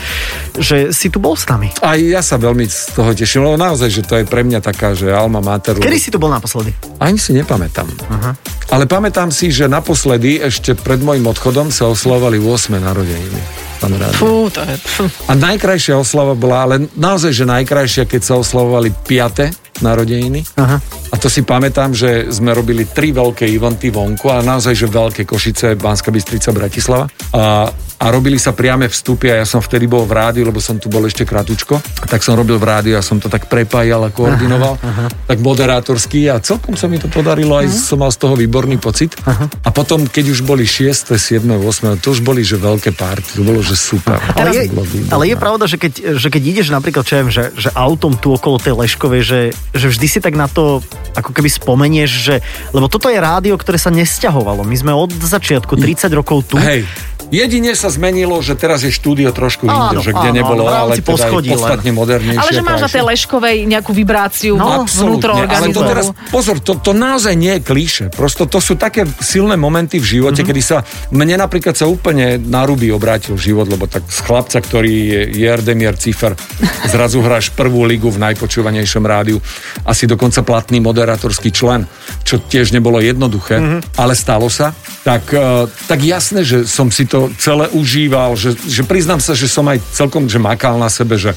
Speaker 3: že si tu bol s nami.
Speaker 5: Aj ja sa veľmi z toho teším, lebo naozaj, že to je pre mňa taká, že alma mater. lebo
Speaker 3: Kedy si tu bol naposledy?
Speaker 5: Ani si nepamätám. Aha. Ale pamätám si, že naposledy, ešte pred môjim odchodom, sa oslavovali 8. narodeniny. Pán Rádio.
Speaker 4: Fú, to je... Fú.
Speaker 5: A najkrajšia oslava bola, ale naozaj, že najkrajšia, keď sa oslavovali 5. narodeniny.
Speaker 3: Aha.
Speaker 5: A to si pamätám, že sme robili tri veľké eventy vonku, ale naozaj, že veľké Košice, Banská Bystrica, Bratislava. A, a robili sa priame vstupy a ja som vtedy bol v rádiu, lebo som tu bol ešte kratučko. A tak som robil v rádiu a som to tak prepájal a koordinoval. Aha, aha. Tak moderátorský a celkom sa mi to podarilo, aj som mal z toho výborný pocit. Aha. A potom, keď už boli 6., 7., 8., to už boli, že veľké party, to bolo, že super.
Speaker 3: Ale je,
Speaker 5: To bolo výborné.
Speaker 3: ale je pravda, že keď, že keď ideš napríklad, čo ja viem, že, že autom tu okolo tej Leškovej, že, že vždy si tak na to ako keby spomenieš, že, lebo toto je rádio, ktoré sa nesťahovalo. My sme od začiatku 30 rokov tu.
Speaker 5: Hej, jedine sa zmenilo, že teraz je štúdio trošku
Speaker 3: Áno,
Speaker 5: inde, že kde
Speaker 3: áno,
Speaker 5: nebolo,
Speaker 3: v
Speaker 5: ale
Speaker 3: rámci
Speaker 5: teda
Speaker 3: poschodí len.
Speaker 5: je podstatne modernejšie.
Speaker 4: Ale že máš na tej
Speaker 5: krajšie.
Speaker 4: leškovej nejakú vibráciu
Speaker 3: No,
Speaker 5: Absolútne, ale to
Speaker 4: vnútroorganizmu.
Speaker 5: teraz, pozor, to, to naozaj nie je klíše. Prosto to sú také silné momenty v živote, mm-hmm. kedy sa, mne napríklad sa úplne na ruby obrátil život, lebo tak z chlapca, ktorý je Jerdemier Cifer, zrazu hráš prvú ligu v najpočúvanejšom rádiu, asi dokonca platný moderátorský člen, čo tiež nebolo jednoduché, mm-hmm. ale stalo sa. Tak, eh, tak jasné, že som si to celé užíval, že, že priznám sa, že som aj celkom že makal na sebe, že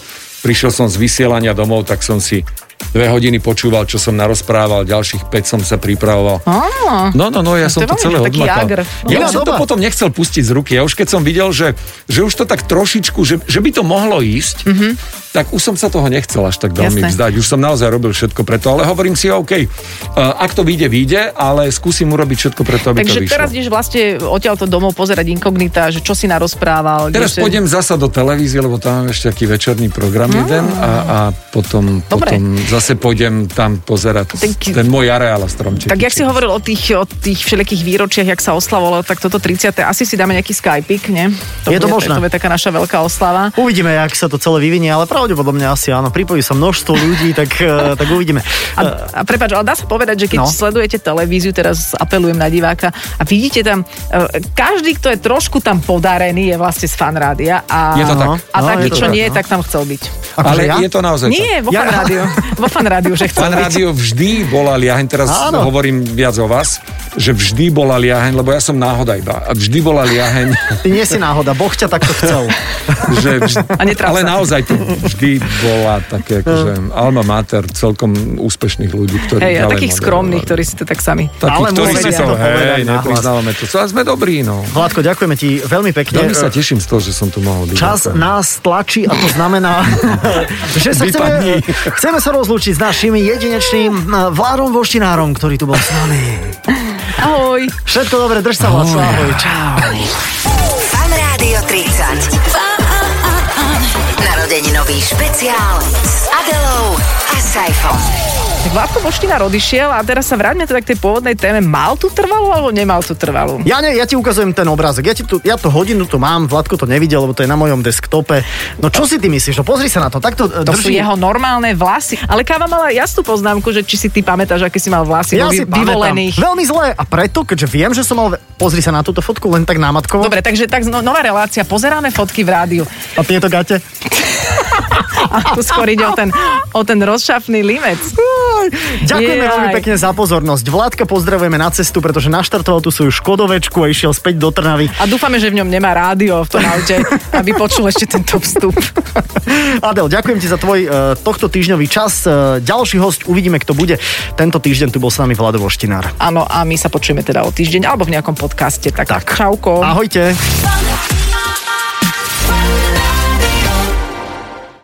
Speaker 5: Prišiel som z vysielania domov, tak som si dve hodiny počúval, čo som narozprával, ďalších 5 som sa pripravoval.
Speaker 4: Á,
Speaker 5: No, no, no, ja
Speaker 4: To
Speaker 5: som
Speaker 4: je
Speaker 5: to
Speaker 4: veľmi
Speaker 5: celé
Speaker 4: taký jagr.
Speaker 5: odmakal. Ja
Speaker 3: Iná
Speaker 5: už som to
Speaker 3: doba.
Speaker 5: potom nechcel pustiť z ruky. Ja už keď som videl, že, že už to tak trošičku, že, že by to mohlo ísť, mm-hmm. tak už som sa toho nechcel až tak veľmi
Speaker 4: Mhm. Jasné.
Speaker 5: vzdať. Už som naozaj robil všetko preto, ale hovorím si, OK, eh, ak to vyjde, vyjde, ale skúsim urobiť všetko preto, aby to
Speaker 4: Takže
Speaker 5: vyšlo.
Speaker 4: teraz ideš vlastne odtiaľto domov pozerať inkognita, že čo si narozprával.
Speaker 5: Teraz
Speaker 4: kde si-
Speaker 5: pôjdem zasa do televízie, lebo tam mám ešte taký večerný program jeden a, a potom,
Speaker 4: Dobre.
Speaker 5: potom zase pôjdem tam pozerať ten,
Speaker 4: Ten ki-
Speaker 5: ten môj areál a stromček.
Speaker 4: Tak jak si hovoril o tých, o tých všelijakých výročiach, jak sa oslavovalo, tak toto 30. asi si dáme nejaký skypik, nie?
Speaker 3: Je to
Speaker 4: bude-
Speaker 3: možné.
Speaker 4: To bude taká naša veľká oslava.
Speaker 3: Uvidíme, jak sa to celé vyvinie, ale pravdepodobne asi áno. Pripojí sa množstvo ľudí, tak, eh, tak uvidíme.
Speaker 4: A, a prepáč, ale dá sa povedať, že keď
Speaker 3: No.
Speaker 4: no. sledujete televíziu, teraz apelujem na diváka, a vidíte tam, e, každý, kto je trošku tam podarený, je vlastne z fanrádia. A,
Speaker 5: Je to tak.
Speaker 3: No,
Speaker 4: A
Speaker 3: je
Speaker 4: taký,
Speaker 3: to
Speaker 4: čo
Speaker 3: tak,
Speaker 4: nie,
Speaker 3: no.
Speaker 4: tak tam chcel byť.
Speaker 5: Ale
Speaker 3: Akože ja?
Speaker 5: je to naozaj
Speaker 4: Nie, vo
Speaker 3: Ja-
Speaker 4: fanrádiu. Vo fanrádiu, že chcel
Speaker 5: Pán
Speaker 4: byť.
Speaker 5: rádio vždy bola liaheň, teraz
Speaker 3: Áno.
Speaker 5: Áno. hovorím viac o vás, že vždy bola liaheň, lebo ja som náhoda iba, a vždy bola liaheň,
Speaker 3: Ty nie si náhoda, Boh ťa takto chcel.
Speaker 5: že vždy,
Speaker 4: A netráp
Speaker 5: ale
Speaker 4: sa.
Speaker 5: naozaj to vždy bola také, akože alma mater celkom úspešných ľudí, ktorí
Speaker 4: Hej, a
Speaker 5: ďalej
Speaker 4: takých
Speaker 5: moderovali.
Speaker 4: skromných, ktorí si to tak sami...
Speaker 5: Takí,
Speaker 3: Ale
Speaker 5: ktorí si
Speaker 3: môžeme
Speaker 5: to,
Speaker 3: to povedať
Speaker 5: hej,
Speaker 3: nahlas.
Speaker 5: nepriznávame to. A sme dobrí, no.
Speaker 3: Vládko, ďakujeme ti veľmi pekne.
Speaker 5: Veľmi sa teším z toho, že som tu mohol byť.
Speaker 3: Čas
Speaker 5: Ďakujem.
Speaker 3: nás tlačí a to znamená, že sa chceme,
Speaker 5: Vypadni.
Speaker 3: chceme sa rozlúčiť s našim jedinečným eh, Vládom Voštinárom, ktorý tu bol s nami.
Speaker 4: Ahoj!
Speaker 3: Všetko dobre, drž sa, Vládko, ahoj. Čau.
Speaker 1: Fan Rádio 30. Narodeninový špeciál s Adelou a Saifom.
Speaker 4: Tak Vládko Boštinár odišiel a teraz sa vráťme teda k tej pôvodnej téme. Mal tu trvalú alebo nemal tu trvalú?
Speaker 3: Ja, ne, ja ti ukazujem ten obrázok. Ja, ti tu, ja to hodinu tu mám, Vladko to nevidel, lebo to je na mojom desktope. No čo si ty myslíš? No pozri sa na to. Takto e,
Speaker 4: To sú
Speaker 3: drží.
Speaker 4: jeho normálne vlasy. Ale Káva mala jasnú poznámku, že či si ty pamätáš, aké si mal vlasy
Speaker 3: Ja
Speaker 4: no, vy-
Speaker 3: si pamätám.
Speaker 4: vyvolených.
Speaker 3: Veľmi zlé. A preto, keďže viem, že som mal... ve- Pozri sa na túto fotku len tak námatkovo.
Speaker 4: Dobre, takže tak no, nová relácia. Pozeráme fotky v rádiu.
Speaker 3: A tieto gate.
Speaker 4: A tu skôr ide o ten, o ten rozšafný limec.
Speaker 3: Ďakujeme
Speaker 4: Jaj.
Speaker 3: veľmi pekne za pozornosť. Vládka pozdravujeme na cestu, pretože naštartoval tú svoju škodovečku a išiel späť do Trnavy.
Speaker 4: A dúfame, že v ňom nemá rádio v tom aute, aby počul ešte tento vstup.
Speaker 3: Adel, ďakujem ti za tvoj uh, tohto týždňový čas. Uh, ďalší host, uvidíme, kto bude. Tento týždeň tu bol s nami Vlado Voštinár.
Speaker 4: Áno, a my sa počujeme teda o týždeň alebo v nejakom podcaste. Tak, tak. čauko.
Speaker 3: Ahojte.
Speaker 8: Fun